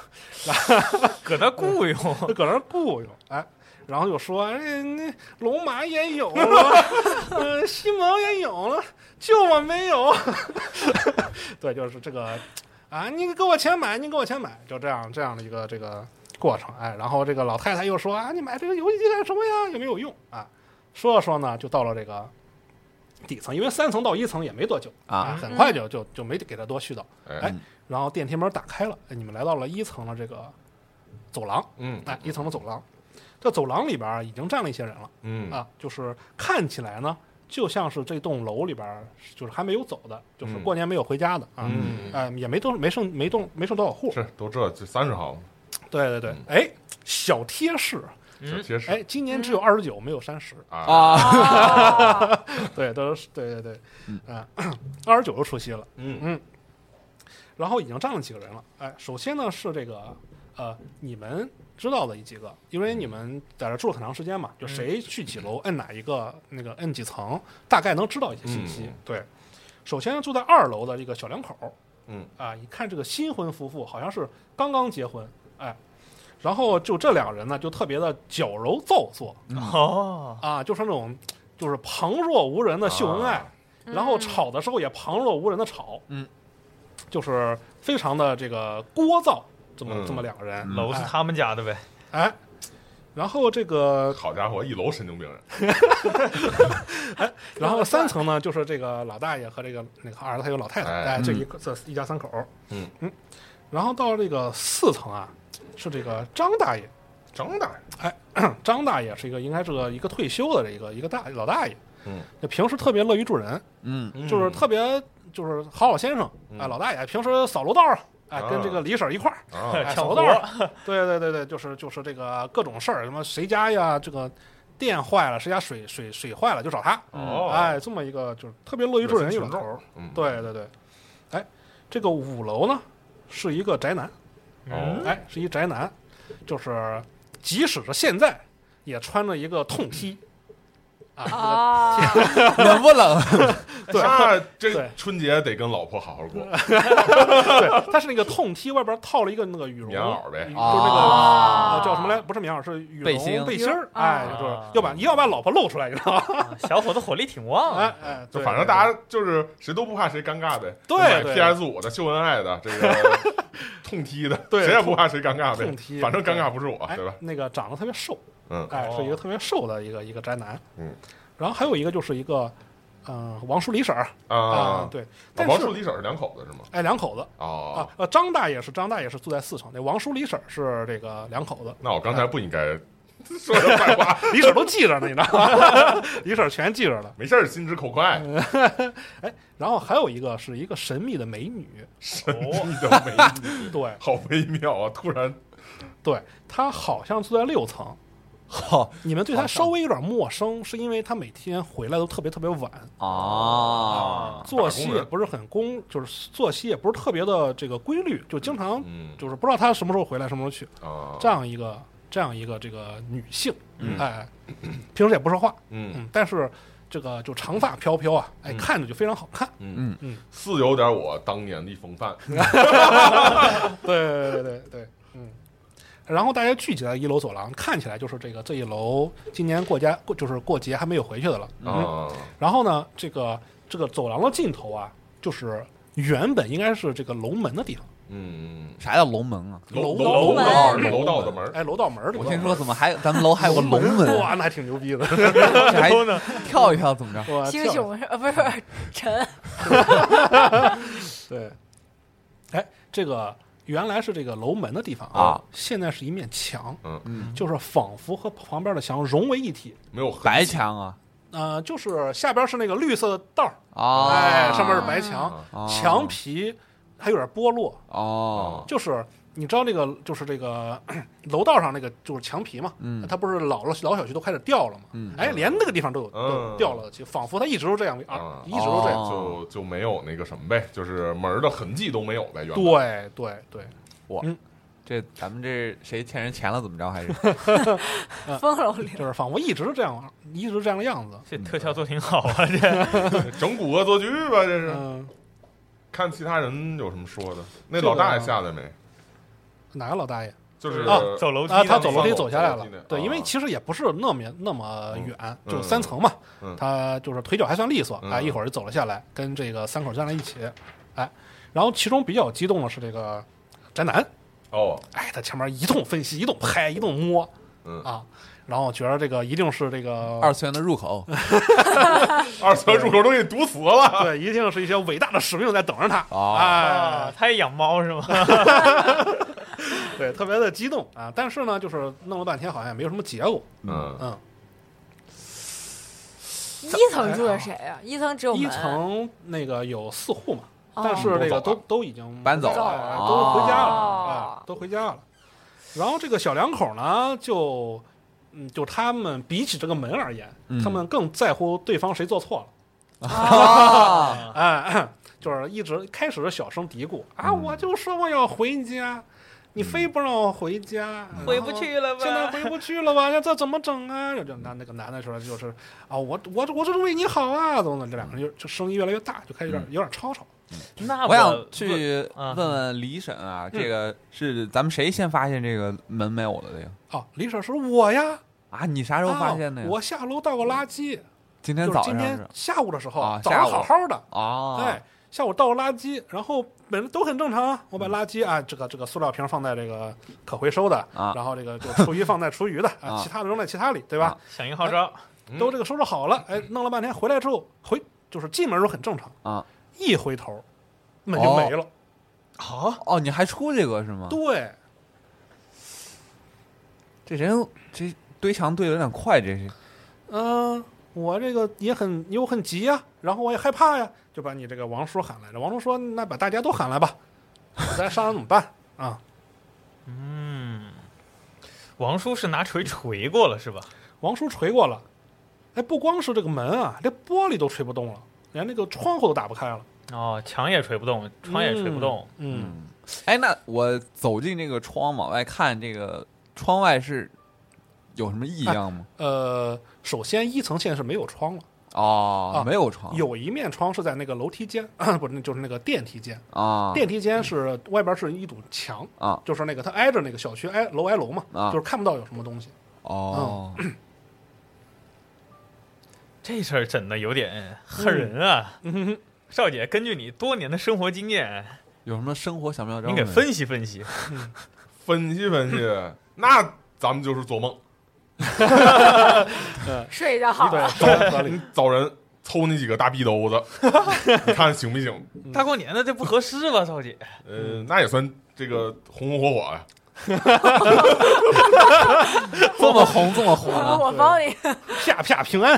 Speaker 2: 搁那雇佣，
Speaker 6: 就搁那儿雇佣，哎。然后就说：“哎，那龙马也有了，呃，西蒙也有了，就我没有。” [laughs] 对，就是这个啊，你给我钱买，你给我钱买，就这样这样的一个这个过程。哎，然后这个老太太又说：“啊，你买这个游戏机干什么呀？有没有用啊？”说着说呢，就到了这个底层，因为三层到一层也没多久哎
Speaker 4: 啊
Speaker 6: 很快就就就没给他多絮叨。
Speaker 5: 哎，
Speaker 6: 然后电梯门打开了，哎你们来到了一层的这个走廊。
Speaker 5: 嗯
Speaker 6: 哎，一层的走廊。这走廊里边儿已经站了一些人了
Speaker 5: 嗯
Speaker 6: 啊，就是看起来呢，就像是这栋楼里边儿就是还没有走的，就是
Speaker 5: 嗯
Speaker 6: 过年没有回家的啊，
Speaker 5: 嗯，
Speaker 6: 哎，也没动没剩没动没剩多少户。
Speaker 5: 是都这就三十行
Speaker 6: 对对对
Speaker 5: 嗯，
Speaker 6: 哎，小贴士，
Speaker 5: 小贴士
Speaker 6: 哎，今年只有二十九，没有三十。
Speaker 5: 啊，
Speaker 4: 啊，
Speaker 3: 哦
Speaker 6: [laughs] 对，都是对对对，啊，二十九就除夕了，
Speaker 5: 嗯
Speaker 6: 嗯，然后已经站了几个人了，哎，首先呢是这个呃，你们知道的几个，因为你们在这住了很长时间嘛，就谁去几楼摁哪一个那个摁几层，大概能知道一些信息。
Speaker 5: 嗯
Speaker 6: 对，首先住在二楼的一个小两口，
Speaker 5: 嗯
Speaker 6: 啊，一看这个新婚夫妇好像是刚刚结婚，哎。然后就这两人呢，就特别的矫揉造作，
Speaker 2: [laughs] 哦，
Speaker 6: 啊，就是那种就是旁若无人的秀恩爱，
Speaker 5: 啊
Speaker 6: 然后吵的时候也旁若无人的吵，
Speaker 4: 嗯，
Speaker 6: 就是非常的这个聒噪，这么、
Speaker 5: 嗯
Speaker 6: 这么两个人，
Speaker 2: 楼是他们家的呗，
Speaker 6: 哎，然后这个，
Speaker 5: 好家伙，一楼神经病人，
Speaker 6: 然后三层呢，就是这个老大爷和这个那个儿子还有老太太，
Speaker 5: 哎
Speaker 6: 哎，这一个这一家三口，
Speaker 5: 嗯
Speaker 6: 嗯，然后到这个四层啊，是这个张大爷，
Speaker 5: 张大爷，
Speaker 6: 张大爷是一个应该是个一个退休的这一个一个大老大爷，
Speaker 5: 嗯，
Speaker 6: 就平时特别乐于助人，
Speaker 4: 嗯，
Speaker 6: 就是特别就是好老先生，哎，老大爷平时扫楼道啊，哎，
Speaker 5: 嗯啊
Speaker 6: 跟这个李婶儿一块儿，
Speaker 2: [laughs]
Speaker 5: 啊，
Speaker 6: 哎，
Speaker 2: 抢
Speaker 6: 扫
Speaker 2: 活
Speaker 6: 楼道儿，对对对对，就是就是这个各种事儿，什么谁家呀，这个电坏了，谁家水水水坏了就找他，
Speaker 5: 哦，
Speaker 6: 哎，这么一个就是特别乐于助人一老头儿，
Speaker 5: 嗯，
Speaker 6: 对对对，哎，这个五楼呢是一个宅男，
Speaker 5: 哦，
Speaker 2: 嗯
Speaker 6: 哎，是一宅男，就是即使是现在
Speaker 5: [laughs]
Speaker 6: 也穿着一个痛 [laughs] T，啊，这个
Speaker 3: 啊，
Speaker 4: 冷不冷？
Speaker 6: 对
Speaker 5: 那这
Speaker 6: 对嗯
Speaker 5: 春节得跟老婆好好过，
Speaker 6: 对，它是那个痛踢外边套了一个那个羽绒，
Speaker 5: 棉袄呗
Speaker 6: 就是那
Speaker 3: 哦
Speaker 6: 个
Speaker 4: 啊
Speaker 6: 呃叫什么来？不是棉袄，是羽绒
Speaker 4: 背心
Speaker 6: 背心儿。
Speaker 3: 啊
Speaker 6: 哎，就是要把一定要把老婆露出来，你知道吗？
Speaker 2: 啊小伙子火力挺旺
Speaker 6: 哎
Speaker 2: 啊，
Speaker 6: 哎，
Speaker 5: 就
Speaker 6: 对
Speaker 5: 反正大家就是谁都不怕谁尴尬呗。
Speaker 6: 对
Speaker 5: 买
Speaker 6: 对
Speaker 5: PS 五的秀恩爱的这个
Speaker 6: [laughs]
Speaker 5: 痛踢的，
Speaker 6: 对
Speaker 5: 谁也不怕谁尴尬呗。
Speaker 6: 痛踢
Speaker 5: 反正尴尬不是我，
Speaker 6: 哎
Speaker 5: 对吧？
Speaker 6: 那个长得特别瘦，
Speaker 5: 嗯
Speaker 6: 哎，
Speaker 2: 哦
Speaker 6: 是一个特别瘦的一个一个宅男。
Speaker 5: 嗯，
Speaker 6: 然后还有一个就是一个，嗯，王叔李婶儿
Speaker 5: 啊，
Speaker 6: 对，
Speaker 5: 啊
Speaker 6: 但
Speaker 5: 王树
Speaker 6: 是
Speaker 5: 李婶是两口子是吗？
Speaker 6: 哎，两口子。啊
Speaker 5: 哦，，
Speaker 6: 呃，张大爷是张大爷是住在四城，那王叔李婶儿是这个两口子，
Speaker 5: 那我刚
Speaker 6: 啊
Speaker 5: 才不应该 [laughs] 说这坏话，
Speaker 6: 李婶儿都记着呢，你知道吗？ [laughs] 李婶儿全记着了。
Speaker 5: 没事儿，心直口快，
Speaker 6: 然后还有一个是一个神秘的美女，
Speaker 5: [laughs] 你的美女，
Speaker 6: 对
Speaker 5: 好微妙啊！突然
Speaker 6: 对，她好像住在六层，
Speaker 4: 好
Speaker 6: 你们对她稍微有点陌生，是因为她每天回来都特别特别晚，
Speaker 4: 啊，
Speaker 6: 作息
Speaker 5: 打工
Speaker 6: 也
Speaker 5: 人
Speaker 6: 不是很公，就是作息也不是特别的这个规律，就经常
Speaker 5: 嗯
Speaker 6: 就是不知道她什么时候回来，什么时候去，
Speaker 5: 啊，
Speaker 6: 这样一个这样一个这个女性，
Speaker 4: 哦嗯
Speaker 6: 哎，平时也不说话，
Speaker 5: 嗯
Speaker 6: 嗯，但是这个就长发飘飘啊，
Speaker 4: 嗯
Speaker 6: 哎，看着就非常好看，
Speaker 5: 嗯
Speaker 6: 嗯嗯，
Speaker 5: 似有点我当年的风范，
Speaker 6: 对对对对，嗯。然后大家聚集在一楼走廊，看起来就是这个这一楼今年过家过就是过节还没有回去的了。
Speaker 5: 啊，
Speaker 6: 然后呢，这个这个走廊的尽头啊，就是原本应该是这个龙门的地方，
Speaker 5: 嗯，
Speaker 4: 啥叫龙门啊？
Speaker 5: 楼
Speaker 6: 楼
Speaker 5: 楼
Speaker 3: 门
Speaker 5: 道
Speaker 4: 楼门
Speaker 5: 楼道的门哦儿，
Speaker 6: 哎，楼道门儿里。
Speaker 4: 我听说怎么还咱们楼还有个龙
Speaker 6: [laughs]
Speaker 4: 门，啊
Speaker 6: 哇，那还挺牛逼的。
Speaker 4: [laughs] 这
Speaker 6: 哎
Speaker 4: 还跳一跳怎么着？
Speaker 6: 哇，
Speaker 3: 星
Speaker 6: 跳
Speaker 3: 熊是呃不是不是陈 [laughs]
Speaker 6: 对，哎，这个原来是这个楼门的地方
Speaker 4: 啊，
Speaker 6: 现在是一面墙，
Speaker 5: 嗯
Speaker 4: 嗯
Speaker 6: 就是仿佛和旁边的墙融为一体。
Speaker 5: 没有痕
Speaker 4: 白墙啊
Speaker 6: 呃，就是下边是那个绿色的道儿，
Speaker 4: 啊，
Speaker 6: 哎，上面是白墙，
Speaker 4: 啊
Speaker 6: 墙皮还有点剥落，
Speaker 4: 哦，
Speaker 6: 就是你知道那个就是这个 [clears throat] 楼道上那个就是墙皮嘛，
Speaker 4: 嗯
Speaker 6: 它不是老了老小区都开始掉了嘛，
Speaker 4: 嗯
Speaker 6: 哎，连那个地方都有、
Speaker 5: 嗯
Speaker 6: 都有掉了，就仿佛它一直都这样啊
Speaker 5: 啊，
Speaker 6: 一直都这样，
Speaker 5: 就就没有那个什么呗，就是门儿的痕迹都没有呗，原本
Speaker 6: 对对对，
Speaker 4: 这咱们这谁欠人钱了怎么着？还
Speaker 6: [laughs]
Speaker 4: 是
Speaker 3: 风楼里
Speaker 6: 就是仿佛一直都这样，一直都这样的样子，
Speaker 2: 这特效做挺好啊，这
Speaker 5: 整蛊恶作剧吧，这是。
Speaker 6: 嗯、
Speaker 5: 看其他人有什么说的。那
Speaker 6: 这个
Speaker 5: 老大爷下来没？
Speaker 6: 哪个老大爷
Speaker 5: 就是
Speaker 6: 啊
Speaker 2: 走楼梯
Speaker 6: 啊？
Speaker 2: 呢
Speaker 6: 他走楼
Speaker 5: 那
Speaker 6: 梯
Speaker 5: 个
Speaker 6: 走下来
Speaker 5: 走
Speaker 6: 了
Speaker 5: 楼梯那，
Speaker 6: 对，
Speaker 5: 啊
Speaker 6: 因为其实也不是那么那么远，
Speaker 5: 嗯
Speaker 6: 就三层嘛，
Speaker 5: 嗯嗯
Speaker 6: 他就是腿脚还算利索，
Speaker 5: 嗯
Speaker 6: 哎，一会儿就走了下来，跟这个三口站在一起，哎，然后其中比较激动的是这个宅男，
Speaker 5: 哦，
Speaker 6: 哎，他前面一通分析，一通拍，一通摸，
Speaker 5: 嗯
Speaker 6: 啊，然后觉得这个一定是这
Speaker 5: [laughs]
Speaker 6: 个
Speaker 4: 二次元的入口，
Speaker 5: 二层入口都给你堵死了。
Speaker 6: 对，一定是一些伟大的使命在等着他，
Speaker 4: 哦
Speaker 2: 啊
Speaker 6: 哎，，
Speaker 2: 他也养猫是吗？
Speaker 6: 对，特别的激动啊，但是呢，就是弄了半天好像也没有什么结果，
Speaker 5: 嗯，
Speaker 6: 嗯，
Speaker 3: 一层住的谁啊？一层只有门
Speaker 6: 哎一层那个有四户嘛，
Speaker 3: 哦
Speaker 6: 但是这个
Speaker 5: 嗯都走
Speaker 6: 都
Speaker 5: 了
Speaker 6: 都已经
Speaker 4: [laughs] 搬走了
Speaker 6: 了，
Speaker 4: 哦
Speaker 6: 都回家了，
Speaker 3: 哦
Speaker 6: 啊，都回家了。然后这个小两口呢，就嗯，就他们比起这个门而言，
Speaker 4: 嗯
Speaker 6: 他们更在乎对方谁做错
Speaker 2: 哦
Speaker 4: 啊
Speaker 6: 了， [laughs] 哎，就是一直开始小声嘀咕
Speaker 4: 嗯
Speaker 6: 啊，我就说我要回家，你非不让我回家，啊
Speaker 2: 回不。去了
Speaker 6: 现在
Speaker 2: 吧？
Speaker 6: 回不去了吧？那这怎么整啊？就就那那个男的说就是啊，我我我这是为你好啊，怎么怎么？这两个人就就声音越来越大，就开始有
Speaker 4: 嗯
Speaker 6: 点有点吵吵。
Speaker 2: 那
Speaker 4: 我想
Speaker 2: 不
Speaker 4: 去
Speaker 2: 啊
Speaker 4: 问嗯问李婶
Speaker 6: 嗯
Speaker 4: 啊，这个是咱们谁先发现这个门没有了的呀？
Speaker 6: 哦，李婶说：“我呀，
Speaker 4: 啊，你啥时候发现的
Speaker 6: 啊
Speaker 4: 呀？
Speaker 6: 我下楼倒个垃圾，
Speaker 4: 今天
Speaker 6: 就是
Speaker 4: 早
Speaker 6: 今
Speaker 4: 上是
Speaker 6: 天
Speaker 4: 吧
Speaker 6: 下午的时候，
Speaker 4: 啊
Speaker 6: 早上
Speaker 4: 下午
Speaker 6: 好好的，
Speaker 4: 啊，
Speaker 6: 哎，下午倒个垃圾，然后本来都很正常啊。我
Speaker 4: 嗯
Speaker 6: 把垃圾啊，这个这个塑料瓶放在这个可回收的，
Speaker 4: 啊
Speaker 6: 然后这个就厨余放在厨余的，
Speaker 4: 啊
Speaker 6: 其他的扔在其他里，对吧？
Speaker 2: 响应号召，
Speaker 6: 都这个收拾好了，哎，弄了半天回来之后回就是进门时候很正常，
Speaker 4: 啊
Speaker 6: 一回头门就没了，
Speaker 4: 好哦，你还出这个是吗？
Speaker 6: 对。”
Speaker 4: 这人这堆墙堆的有点快，这是
Speaker 6: 嗯，我这个也很也我很急呀、然后我也害怕呀、就把你这个王叔喊来了。王叔说：“那把大家都喊来吧， [laughs] 咱商量怎么办 [laughs] 啊
Speaker 2: 嗯，王叔是拿锤锤过了是吧？？”
Speaker 6: 王叔锤过了，哎，不光是这个门啊，这玻璃都锤不动了，连那个窗户都打不开了，
Speaker 2: 哦，墙也锤不动，窗也锤不动，
Speaker 6: 嗯。
Speaker 4: 嗯，哎，那我走进这个窗往外看，这个窗
Speaker 6: 哎
Speaker 4: 外是有什么异样吗？
Speaker 6: 呃，首先一层现在是没有窗了，
Speaker 4: 哦
Speaker 6: 啊，
Speaker 4: 没有床，
Speaker 6: 有一面窗是在那个楼梯间， [coughs] 不是，那就是那个电梯间。
Speaker 4: 啊
Speaker 6: 电梯间是外边是一堵墙
Speaker 4: 啊，
Speaker 6: 就是那个它挨着那个小区挨楼挨楼嘛，
Speaker 4: 啊
Speaker 6: 就是看不到有什么东西。
Speaker 4: 哦，
Speaker 2: 这事儿整的有点吓人啊！少姐，根据你多年的生活经验，
Speaker 4: 有什么生活小妙招？
Speaker 2: 你给，分析分析。
Speaker 5: 分析分析， [laughs] 那咱们就是做梦，
Speaker 3: [laughs] 睡着
Speaker 6: 啊
Speaker 3: 好了，
Speaker 5: [laughs]
Speaker 6: 对，合理。
Speaker 5: 找人抽你几个大逼兜子，你看行不行？
Speaker 2: 大过年的，这不合适吧，少姐？
Speaker 5: 呃，那也算这个红红火火啊呀、
Speaker 4: 这么 [laughs] 红，这么红
Speaker 3: 我
Speaker 4: 啊！
Speaker 3: 我帮你。
Speaker 6: 啪啪平安。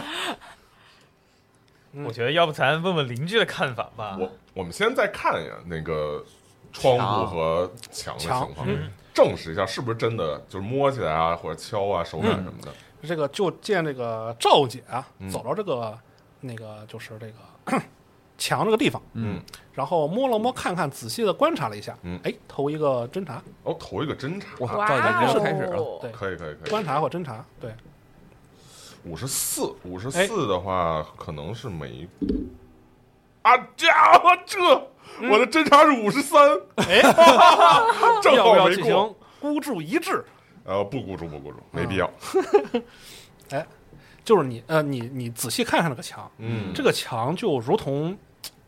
Speaker 6: 嗯
Speaker 2: 我觉得要不咱问问邻居的看法吧。
Speaker 5: 我我们先再看一眼那个窗户和墙的
Speaker 6: 墙
Speaker 5: 情况
Speaker 6: 嗯，
Speaker 5: 证实一下是不是真的，就是摸起来啊，或者敲啊，手感什么的。
Speaker 6: 这个就见这个赵姐啊
Speaker 5: 嗯，
Speaker 6: 走到这个那个就是这个 [coughs] 墙这个地方，
Speaker 4: 嗯，
Speaker 6: 然后摸了摸，看看，仔细的观察了一下
Speaker 5: 嗯，
Speaker 6: 哎，投一个侦查，
Speaker 5: 哦，头一个侦查，啊
Speaker 4: 哇，
Speaker 3: 哇
Speaker 4: 赵
Speaker 3: 哦
Speaker 4: 姐直接开始了，！
Speaker 6: 对
Speaker 5: 可以可以可以
Speaker 6: 观，察或侦查，对，
Speaker 5: 五十四，五十
Speaker 6: 哎
Speaker 5: 四的话可能是没。啊，家伙，这我的侦查是五十三，
Speaker 6: 嗯哎，
Speaker 5: [laughs] 正
Speaker 6: 要
Speaker 5: 好
Speaker 6: 不要
Speaker 5: 没
Speaker 6: 进
Speaker 5: 过。
Speaker 6: 行孤注一掷？
Speaker 5: 呃，不孤注不孤注，没必要。
Speaker 6: 就是你呃，你你仔细看看这个墙，
Speaker 5: 嗯，
Speaker 6: 这个墙就如同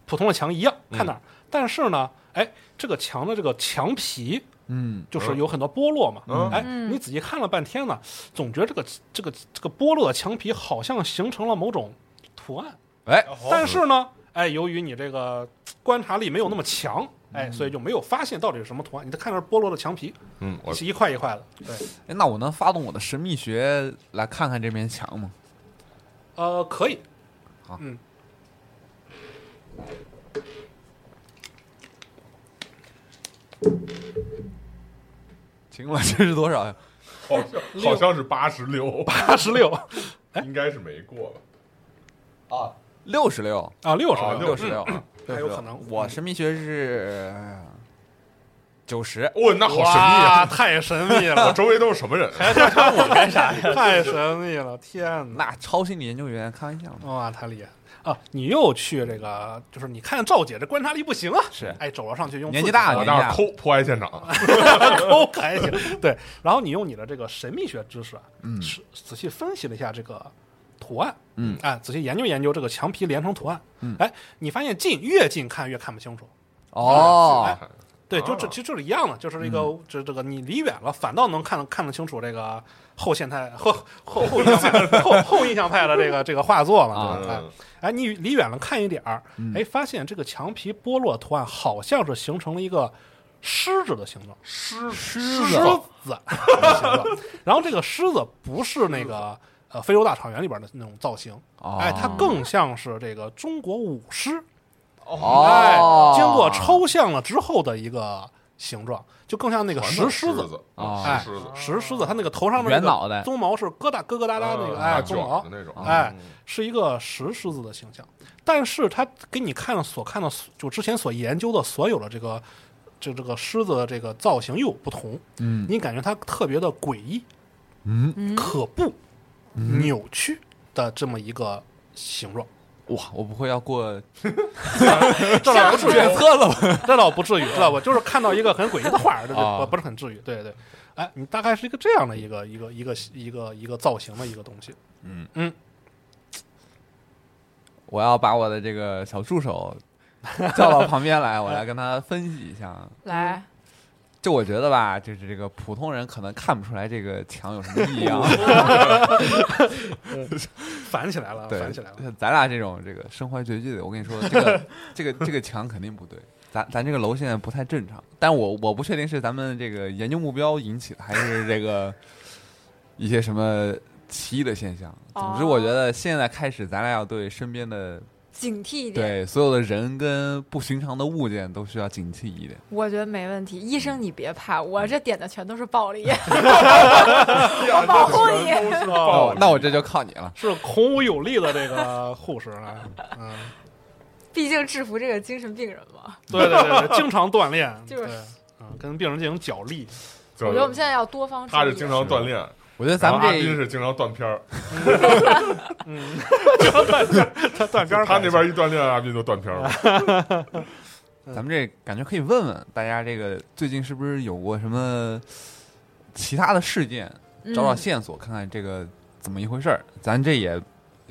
Speaker 6: 普通的墙一样，看哪儿，
Speaker 5: 嗯
Speaker 6: 但是呢，哎，这个墙的这个墙皮
Speaker 4: 嗯，
Speaker 6: 就是有很多剥落嘛。
Speaker 5: 嗯
Speaker 6: 哎，
Speaker 3: 嗯
Speaker 6: 你仔细看了半天呢，总觉得这个这个这个剥落的墙皮好像形成了某种图案，
Speaker 4: 哎，
Speaker 5: 哦
Speaker 6: 但是呢，哎，由于你这个观察力没有那么强，哎，所以就没有发现到底是什么图案。你就看着剥落的墙皮，
Speaker 5: 嗯，我
Speaker 6: 是一块一块的。对，
Speaker 4: 哎那我能发动我的神秘学来看看这面墙吗？
Speaker 6: 呃，
Speaker 5: [laughs]
Speaker 6: 可以，
Speaker 4: 行了，这是多少呀？
Speaker 5: 好像好像是八十啊六， [laughs]
Speaker 6: 八哎十六
Speaker 5: 应该是没过吧？
Speaker 4: 啊，六十六，
Speaker 6: 啊，六十
Speaker 5: 啊
Speaker 4: 六
Speaker 6: 六嗯
Speaker 4: 十六，
Speaker 6: 还有可能
Speaker 4: 我神秘学是九十，
Speaker 5: 哦，那好神秘
Speaker 6: 哇
Speaker 5: 啊！
Speaker 6: 太神秘
Speaker 5: 我 [laughs]
Speaker 6: 了，
Speaker 5: 周围都是什么人？啊
Speaker 6: 太神秘了，天哪！
Speaker 4: 那超心理研究员开玩笑嘛，
Speaker 6: 哇，太厉害啊！你又去这个，就是你看赵姐这观察力不行啊，
Speaker 4: 是
Speaker 6: 哎，走了上去用
Speaker 4: 年纪大了
Speaker 5: 我
Speaker 6: 了，
Speaker 5: 那儿抠破案现场，
Speaker 6: 啊抠还行，对。然后你用你的这个神秘学知识啊，
Speaker 4: 嗯
Speaker 6: 是仔细分析了一下这个图案，
Speaker 4: 嗯，
Speaker 6: 哎，仔细研究研究这个墙皮连成图案，
Speaker 4: 嗯
Speaker 6: 哎，你发现近越近看越看不清楚，
Speaker 4: 哦，嗯
Speaker 6: 对，
Speaker 5: 啊
Speaker 6: 就这其实就是一样的，就是这个这这个你离远了，反倒能看看得清楚这个后现代后
Speaker 4: [laughs]
Speaker 6: 后后印象派后后印象派的这个这个画作了，对吧？
Speaker 4: 啊
Speaker 6: 哎
Speaker 5: 嗯，
Speaker 6: 哎，你离远了看一点儿，哎，发现这个墙皮剥落图案好像是形成了一个狮子的形状，
Speaker 5: 狮
Speaker 4: 狮
Speaker 6: 狮
Speaker 4: 子
Speaker 6: 子的形状。然后这个狮子不是那个呃非洲大草原里边的那种造型，
Speaker 4: 哦
Speaker 6: 哎，它更像是这个中国舞狮，哎
Speaker 4: 哦，，
Speaker 6: 经过抽象了之后的一个形状，就更像那个石狮
Speaker 5: 狮
Speaker 6: 子。哎
Speaker 5: 子
Speaker 4: 哦
Speaker 5: 啊，石狮子，
Speaker 6: 石狮子，它那个头上的
Speaker 4: 圆
Speaker 6: 那个
Speaker 4: 脑袋
Speaker 6: 鬃毛是疙瘩疙疙瘩瘩那个，哎，鬃
Speaker 5: 嗯卷
Speaker 6: 毛
Speaker 5: 的，那种，
Speaker 6: 哎
Speaker 5: 嗯，
Speaker 6: 是一个石狮子的形象，但是它给你看了所看的，就之前所研究的所有的这个，这这个狮子的这个造型又有不同，
Speaker 4: 嗯
Speaker 6: 你感觉它特别的诡异、
Speaker 4: 嗯，
Speaker 6: 可怖、扭曲的这么一个形状。
Speaker 4: 哇，我不会要过
Speaker 6: 这倒不至于，
Speaker 4: 决策了吧？
Speaker 6: 这倒不至于，知道吧？就是看到一个很诡异的画儿，这
Speaker 4: 啊
Speaker 6: 不不是很至于。对对，哎，你大概是一个这样的一个一个一个一个一个造型的一个东西。
Speaker 4: 我要把我的这个小助手叫到旁边来，我来跟他分析一下。
Speaker 6: 嗯
Speaker 3: 来，
Speaker 4: 就我觉得吧，就是这个普通人可能看不出来这个墙有什么啊异
Speaker 6: [laughs]
Speaker 4: 样，
Speaker 6: 反起来了，
Speaker 4: 对
Speaker 6: 反起来了，，
Speaker 4: 咱俩这种这个身怀绝技的，我跟你说，这个这个这个墙肯定不对。咱咱这个楼现在不太正常，但我我不确定是咱们这个研究目标引起的，还是这个一些什么奇异的现象。总之，
Speaker 3: 哦
Speaker 4: 我觉得现在开始，咱俩要对身边的
Speaker 3: 警惕一点，
Speaker 4: 对所有的人跟不寻常的物件都需要警惕一点。
Speaker 3: 我觉得没问题。医
Speaker 6: 嗯
Speaker 3: 生你别怕，我这点的全都是暴
Speaker 6: [laughs]
Speaker 3: 力，
Speaker 5: 我
Speaker 3: 保护你
Speaker 5: 都是
Speaker 4: 那
Speaker 5: 暴
Speaker 4: 我
Speaker 6: 哦
Speaker 5: 力
Speaker 4: 那我这就靠你了。
Speaker 6: 是孔武有力的这个护士啊，嗯，
Speaker 3: 毕竟制服这个精神病人嘛。
Speaker 6: 对对对，对经常锻炼，
Speaker 3: 就是
Speaker 6: 对，嗯，跟病人进行角力，
Speaker 5: 就
Speaker 3: 我觉得我们现在要多方注意。
Speaker 5: 他是经常锻炼，
Speaker 4: 我觉得咱们
Speaker 6: 啊
Speaker 5: 阿斌
Speaker 4: 这
Speaker 5: 是经常断片儿，
Speaker 6: 嗯，就
Speaker 5: [laughs]
Speaker 6: 断片儿， [laughs] 他断片儿
Speaker 5: 他那边一断电，阿斌就断片儿了。
Speaker 4: 咱们这感觉可以问问大家，这个最近是不是有过什么其他的事件？
Speaker 3: 嗯
Speaker 4: 找找线索，看看这个怎么一回事儿。咱这也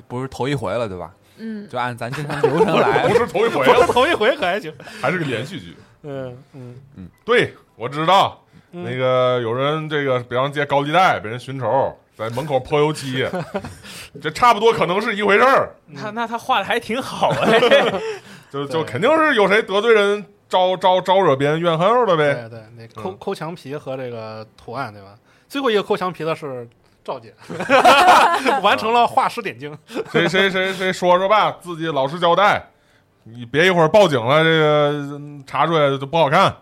Speaker 4: 不是头一回了，对吧？
Speaker 3: 嗯，
Speaker 4: 就按咱正常流程来
Speaker 5: [laughs] 不。是头一回
Speaker 6: 不是 [laughs]
Speaker 5: 了，
Speaker 6: 头一回可
Speaker 4: [laughs]
Speaker 6: 还行，
Speaker 5: 还是个连续剧。
Speaker 6: 嗯嗯，
Speaker 5: 对，我知道，
Speaker 6: 嗯
Speaker 5: 那个有人这个北洋街高利贷被人寻仇，在门口泼油漆，
Speaker 6: [laughs]
Speaker 5: 这差不多可能是一回事儿，
Speaker 2: 那那他画的还挺好哎，
Speaker 5: 就
Speaker 6: 对
Speaker 5: 就肯定是有谁得罪人，招招招惹别人怨恨了呗。
Speaker 6: 对对，那
Speaker 4: 嗯
Speaker 6: 抠抠墙皮和这个图案对吧？最后一个抠墙皮的是赵
Speaker 4: [laughs]
Speaker 6: 姐，完成了画师点睛，
Speaker 5: 谁谁谁谁说说吧，自己老实交代，你别一会儿报警了，这个嗯查出来就不好看。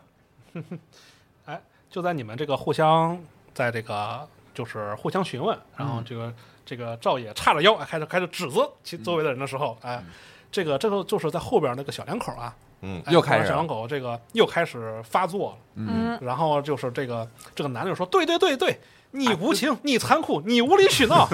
Speaker 6: 就在你们这个互相在这个就是互相询问，然
Speaker 4: 嗯
Speaker 6: 后这个这个赵野叉着腰哎开始开始指责其周围的人的时候，哎，
Speaker 4: 嗯
Speaker 6: 这个这个就是在后边那个小两口啊，
Speaker 5: 嗯
Speaker 6: 哎
Speaker 4: 又开始了
Speaker 6: 小两口这个又开始发作了。
Speaker 4: 嗯，
Speaker 3: 嗯
Speaker 6: 然后就是这个这个男的就说：“对对对对，
Speaker 2: 哎
Speaker 6: 你无情，
Speaker 2: 嗯
Speaker 6: 你残酷，你无理取
Speaker 2: [laughs]
Speaker 6: 闹。”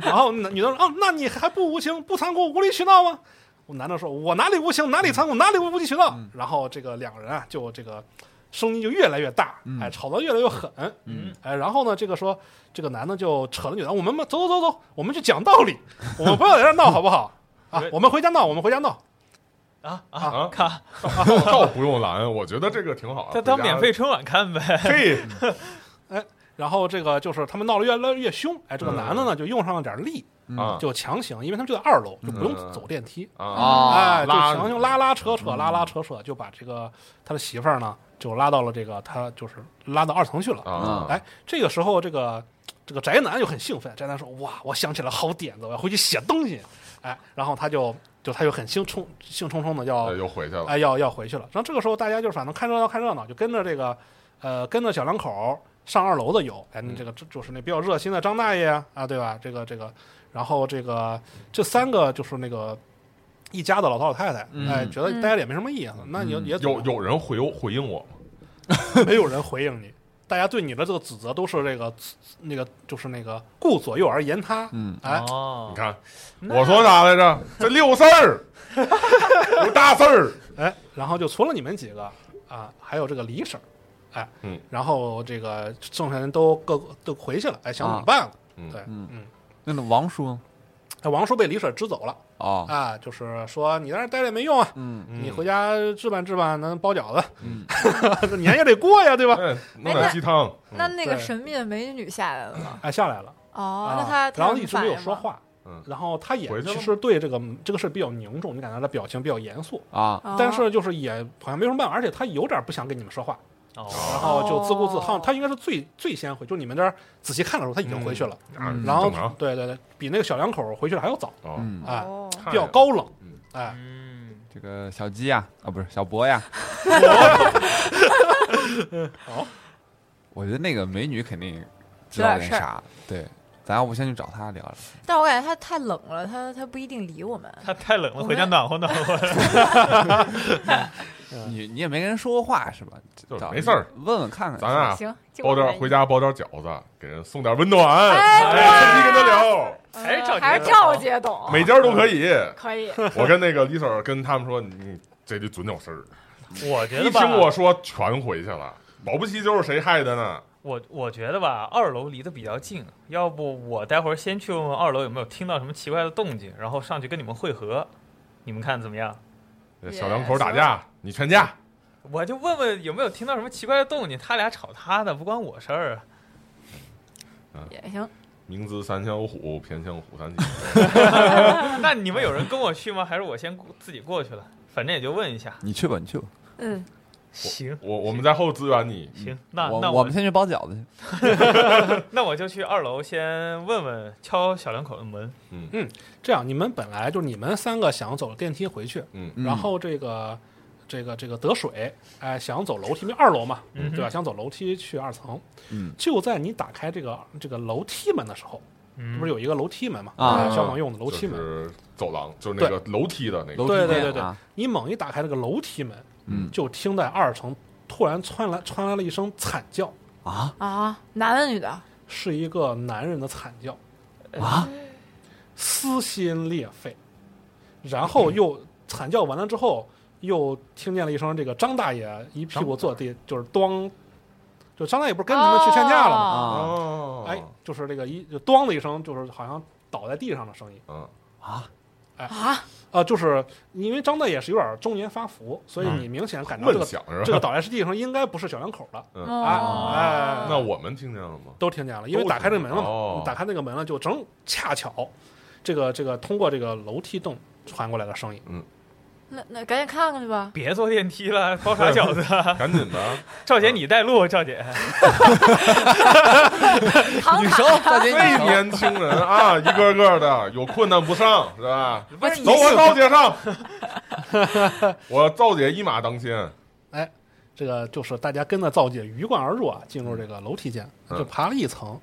Speaker 6: 然后那女的说：“哦，那你还不无情、不残酷、无理取闹吗？”我男的说：“我哪里无情，哪里
Speaker 2: 嗯
Speaker 6: 残酷，哪里无理取闹。然后这个两个人啊，就这个声音就越来越大，哎，吵得越来越狠。
Speaker 2: 嗯，
Speaker 6: 哎，然后呢，这个说这个男的就扯了女的，我们走走走走，我们去讲道理，我们不要在这儿闹，好不好？啊
Speaker 2: 对，
Speaker 6: 我们回家闹，我们回家闹。
Speaker 2: 啊
Speaker 5: 啊
Speaker 2: 啊，看，
Speaker 5: 倒不用拦，我觉得这个挺好
Speaker 2: 他
Speaker 5: 的。
Speaker 2: 当
Speaker 5: 回家
Speaker 2: 免费春晚看
Speaker 6: [laughs]
Speaker 2: 呗，
Speaker 5: 嘿，
Speaker 6: 哎然后这个就是他们闹得越来越凶，哎，这个男的呢就用上了点力，
Speaker 5: 嗯啊嗯
Speaker 6: 就强行，因为他们就在二楼，就不用走电梯，
Speaker 5: 啊，
Speaker 4: 啊
Speaker 6: 哎，，就
Speaker 5: 拉嗯
Speaker 6: 强行拉拉扯扯，拉拉扯扯，就把这个他的媳妇儿呢，就拉到了这个他就是拉到二层去了。
Speaker 5: 啊
Speaker 6: 哎，这个时候这个这个宅男就很兴奋，宅男说：“哇，我想起了好点子，我要回去写东西。”哎，然后他就就他就很兴冲兴冲冲的
Speaker 5: 哎
Speaker 6: 要
Speaker 5: 又回
Speaker 4: 哦
Speaker 5: 去了。
Speaker 6: 哎，要要回去了。然后这个时候大家就是反正看热闹看热闹，就跟着这个，呃，跟着小两口儿上二楼的有，哎，
Speaker 4: 嗯
Speaker 6: 那这个这就是那比较热心的张大爷啊，啊对吧？这个这个，然后这个这三个就是那个一家的老头老太太，哎，
Speaker 4: 嗯
Speaker 6: 觉得待着也没什么意思，那也
Speaker 4: 嗯
Speaker 6: 也
Speaker 5: 有有人回回应我吗？
Speaker 6: 没有人回应你。大家对你的这个指责都是这个，那个就是那个顾左右而言他，
Speaker 4: 嗯
Speaker 6: 哎，
Speaker 5: 你
Speaker 2: 哦，
Speaker 5: 看，我说啥来着？这六事儿，有大事儿。
Speaker 6: 哎，然后就除了你们几个啊，还有这个李婶儿，哎，
Speaker 5: 嗯，
Speaker 6: 然后这个剩下人都各都回去了，哎，
Speaker 4: 啊
Speaker 6: 想怎么办了？
Speaker 5: 嗯
Speaker 6: 对，
Speaker 4: 嗯
Speaker 6: 嗯，
Speaker 4: 那个王叔
Speaker 6: 哎，王叔被李婶儿支走了
Speaker 4: 哦，
Speaker 6: 啊，就是说你在这儿待着也没用啊，
Speaker 4: 嗯，
Speaker 6: 你回家置办置办，能包饺子，
Speaker 4: 嗯，
Speaker 6: 这 [laughs] 年也得过呀，对吧？
Speaker 5: 哎，弄点鸡汤。
Speaker 3: 那那个
Speaker 6: 嗯对
Speaker 3: 神秘的美女下来了
Speaker 4: 啊
Speaker 3: 吗？
Speaker 6: 哎，下来了，
Speaker 3: 哦，那
Speaker 6: 啊
Speaker 3: 她，
Speaker 6: 然
Speaker 3: 她
Speaker 6: 后
Speaker 3: 有
Speaker 6: 一直
Speaker 3: 反
Speaker 6: 没有
Speaker 3: 应
Speaker 6: 说
Speaker 3: 吗，
Speaker 6: 话
Speaker 5: 嗯，
Speaker 6: 然后他也
Speaker 5: 回去了
Speaker 6: 其
Speaker 5: 吗
Speaker 6: 实对这个这个事儿比较凝重，你感觉他表情比较严肃，
Speaker 4: 啊，
Speaker 3: 哦
Speaker 6: 但是就是也好像没什么办法，而且他有点不想跟你们说话，
Speaker 2: 哦，
Speaker 6: 然后就自顾自，
Speaker 3: 哦
Speaker 6: 好像他应该是最最先回，就你们这儿仔细看的时候，他已经回去了。
Speaker 5: 啊
Speaker 6: 然后
Speaker 5: 正常
Speaker 6: 对对对，比那个小两口回去的还要早，
Speaker 5: 哦
Speaker 4: 嗯，
Speaker 6: 哎，
Speaker 3: 哦
Speaker 5: 看
Speaker 6: 比
Speaker 5: 见
Speaker 6: 较
Speaker 5: 了
Speaker 6: 高冷
Speaker 5: 嗯，
Speaker 6: 哎，
Speaker 2: 嗯，
Speaker 4: 这个小鸡呀，啊，不是小博呀，
Speaker 6: 哦，
Speaker 4: 我觉得那个美女肯定知道
Speaker 3: 知道点事
Speaker 4: 点啥，对，咱要不先去找她聊聊，
Speaker 3: 但我感觉她太冷了，她她不一定理我们。
Speaker 2: 他太冷了，回家暖和暖和。
Speaker 6: 嗯
Speaker 4: 你你也没跟人说过话是吧？
Speaker 5: 就是
Speaker 4: 找
Speaker 5: 没事儿，
Speaker 4: 问问看看，
Speaker 5: 咱啊
Speaker 6: 啊
Speaker 5: 俩
Speaker 3: 行，这个
Speaker 5: 包
Speaker 3: 我
Speaker 5: 点
Speaker 3: 愿意
Speaker 5: 回。家包点饺子，给人送点温暖，
Speaker 3: 哎
Speaker 5: 趁机跟他聊，
Speaker 3: 呃
Speaker 2: 还是赵姐
Speaker 3: 还是赵姐懂，
Speaker 5: 每家都可以。
Speaker 3: 可
Speaker 6: [laughs]
Speaker 3: 以。
Speaker 6: 嗯
Speaker 5: 我跟那个李婶儿跟他们说，你这得准有事儿。
Speaker 2: 我觉
Speaker 5: 一
Speaker 2: 得吧，
Speaker 5: 听我说，全回去了，保不齐就是谁害的呢。
Speaker 2: 我我觉得吧，二楼离得比较近，要不我待会儿先去问问二楼有没有听到什么奇怪的动静，然后上去跟你们会合，你们看怎么样？
Speaker 5: 小两口打架，你劝架，
Speaker 2: 我就问问有没有听到什么奇怪的动静，他俩吵他的，不关我事儿。啊
Speaker 3: 也行，
Speaker 5: 明知山将有虎，偏向虎山行。
Speaker 2: 那你们有人跟我去吗？还是我先过自己过去了？反正也就问一下。
Speaker 4: 你去吧，你去吧，
Speaker 3: 嗯，
Speaker 2: 行
Speaker 5: 我我们在后支援
Speaker 6: [laughs]
Speaker 5: 你。
Speaker 2: 行，那
Speaker 4: 嗯我
Speaker 2: 那
Speaker 4: 我们先去包饺子去，
Speaker 2: 那我就去二楼先问问，敲小两口的门。
Speaker 6: 这样你们本来就是你们三个想走电梯回去，
Speaker 5: 嗯，
Speaker 4: 嗯
Speaker 6: 然后这个这个这个得水，哎，想走楼梯，因为二楼嘛，
Speaker 2: 嗯哼
Speaker 6: 对吧？想走楼梯去二层，
Speaker 4: 嗯，
Speaker 6: 就在你打开这个这个楼梯门的时候，
Speaker 2: 嗯，
Speaker 6: 不是有一个楼梯门嘛？
Speaker 4: 啊
Speaker 6: 消防用的楼梯
Speaker 5: 就
Speaker 6: 门，
Speaker 5: 是走廊，就是那个嗯楼梯的那个
Speaker 4: 楼
Speaker 6: 对
Speaker 4: 梯
Speaker 6: 对
Speaker 4: 间
Speaker 6: 对对
Speaker 4: 啊
Speaker 6: 你猛一打开这个楼梯门，
Speaker 4: 嗯
Speaker 6: 就听在二层突然传来传来了一声惨叫。
Speaker 4: 啊，
Speaker 3: 啊，男的女的？
Speaker 6: 是一个男人的惨叫，
Speaker 1: 啊，
Speaker 6: 撕心裂肺，然后
Speaker 5: 嗯
Speaker 6: 又惨叫完了之后，又听见了一声这个张大爷一屁股坐地，就是咣，就张大爷不是跟你们去劝架了吗？
Speaker 4: 啊
Speaker 5: 哦，
Speaker 6: 哎，就是这个一就咣的一声，就是好像倒在地上的声音。
Speaker 5: 嗯
Speaker 3: 啊，
Speaker 6: 啊，就是因为张大爷是有点中年发福，所以你明显感到
Speaker 5: 嗯
Speaker 6: 这
Speaker 5: 闷
Speaker 6: 个、
Speaker 5: 响是
Speaker 6: 这
Speaker 5: 吧？
Speaker 6: 个倒在地上应该不是小两口了。
Speaker 5: 嗯
Speaker 3: 哦
Speaker 6: 哎
Speaker 5: 那我们听见了
Speaker 6: [laughs]
Speaker 5: 吗？
Speaker 6: 都听见了，因为
Speaker 5: 都
Speaker 6: 打开这个门了嘛，
Speaker 5: 听见了哦
Speaker 6: 你打开那个门了就正恰巧，这个这个通过这个楼梯洞传过来的声音。
Speaker 3: 那那赶紧看看去吧。
Speaker 2: 别坐电梯
Speaker 4: [laughs]
Speaker 2: 了，包啥饺子啊？
Speaker 5: 赶紧
Speaker 3: 哎
Speaker 5: 的，
Speaker 2: 赵姐你带路，啊赵姐。
Speaker 3: 唐
Speaker 4: 你
Speaker 3: 卡
Speaker 4: 熟，大姐你
Speaker 5: 这
Speaker 4: 熟，
Speaker 5: 年轻人
Speaker 3: [laughs]
Speaker 5: 啊，一个个的有困难不上是吧？
Speaker 3: 不哎是你
Speaker 5: 走，啊我赵姐上，
Speaker 3: [laughs]
Speaker 5: 我赵姐一马当先。
Speaker 6: 这个就是大家跟着赵姐鱼贯而入啊，进入这个楼梯间，
Speaker 5: 嗯
Speaker 6: 就爬了一层，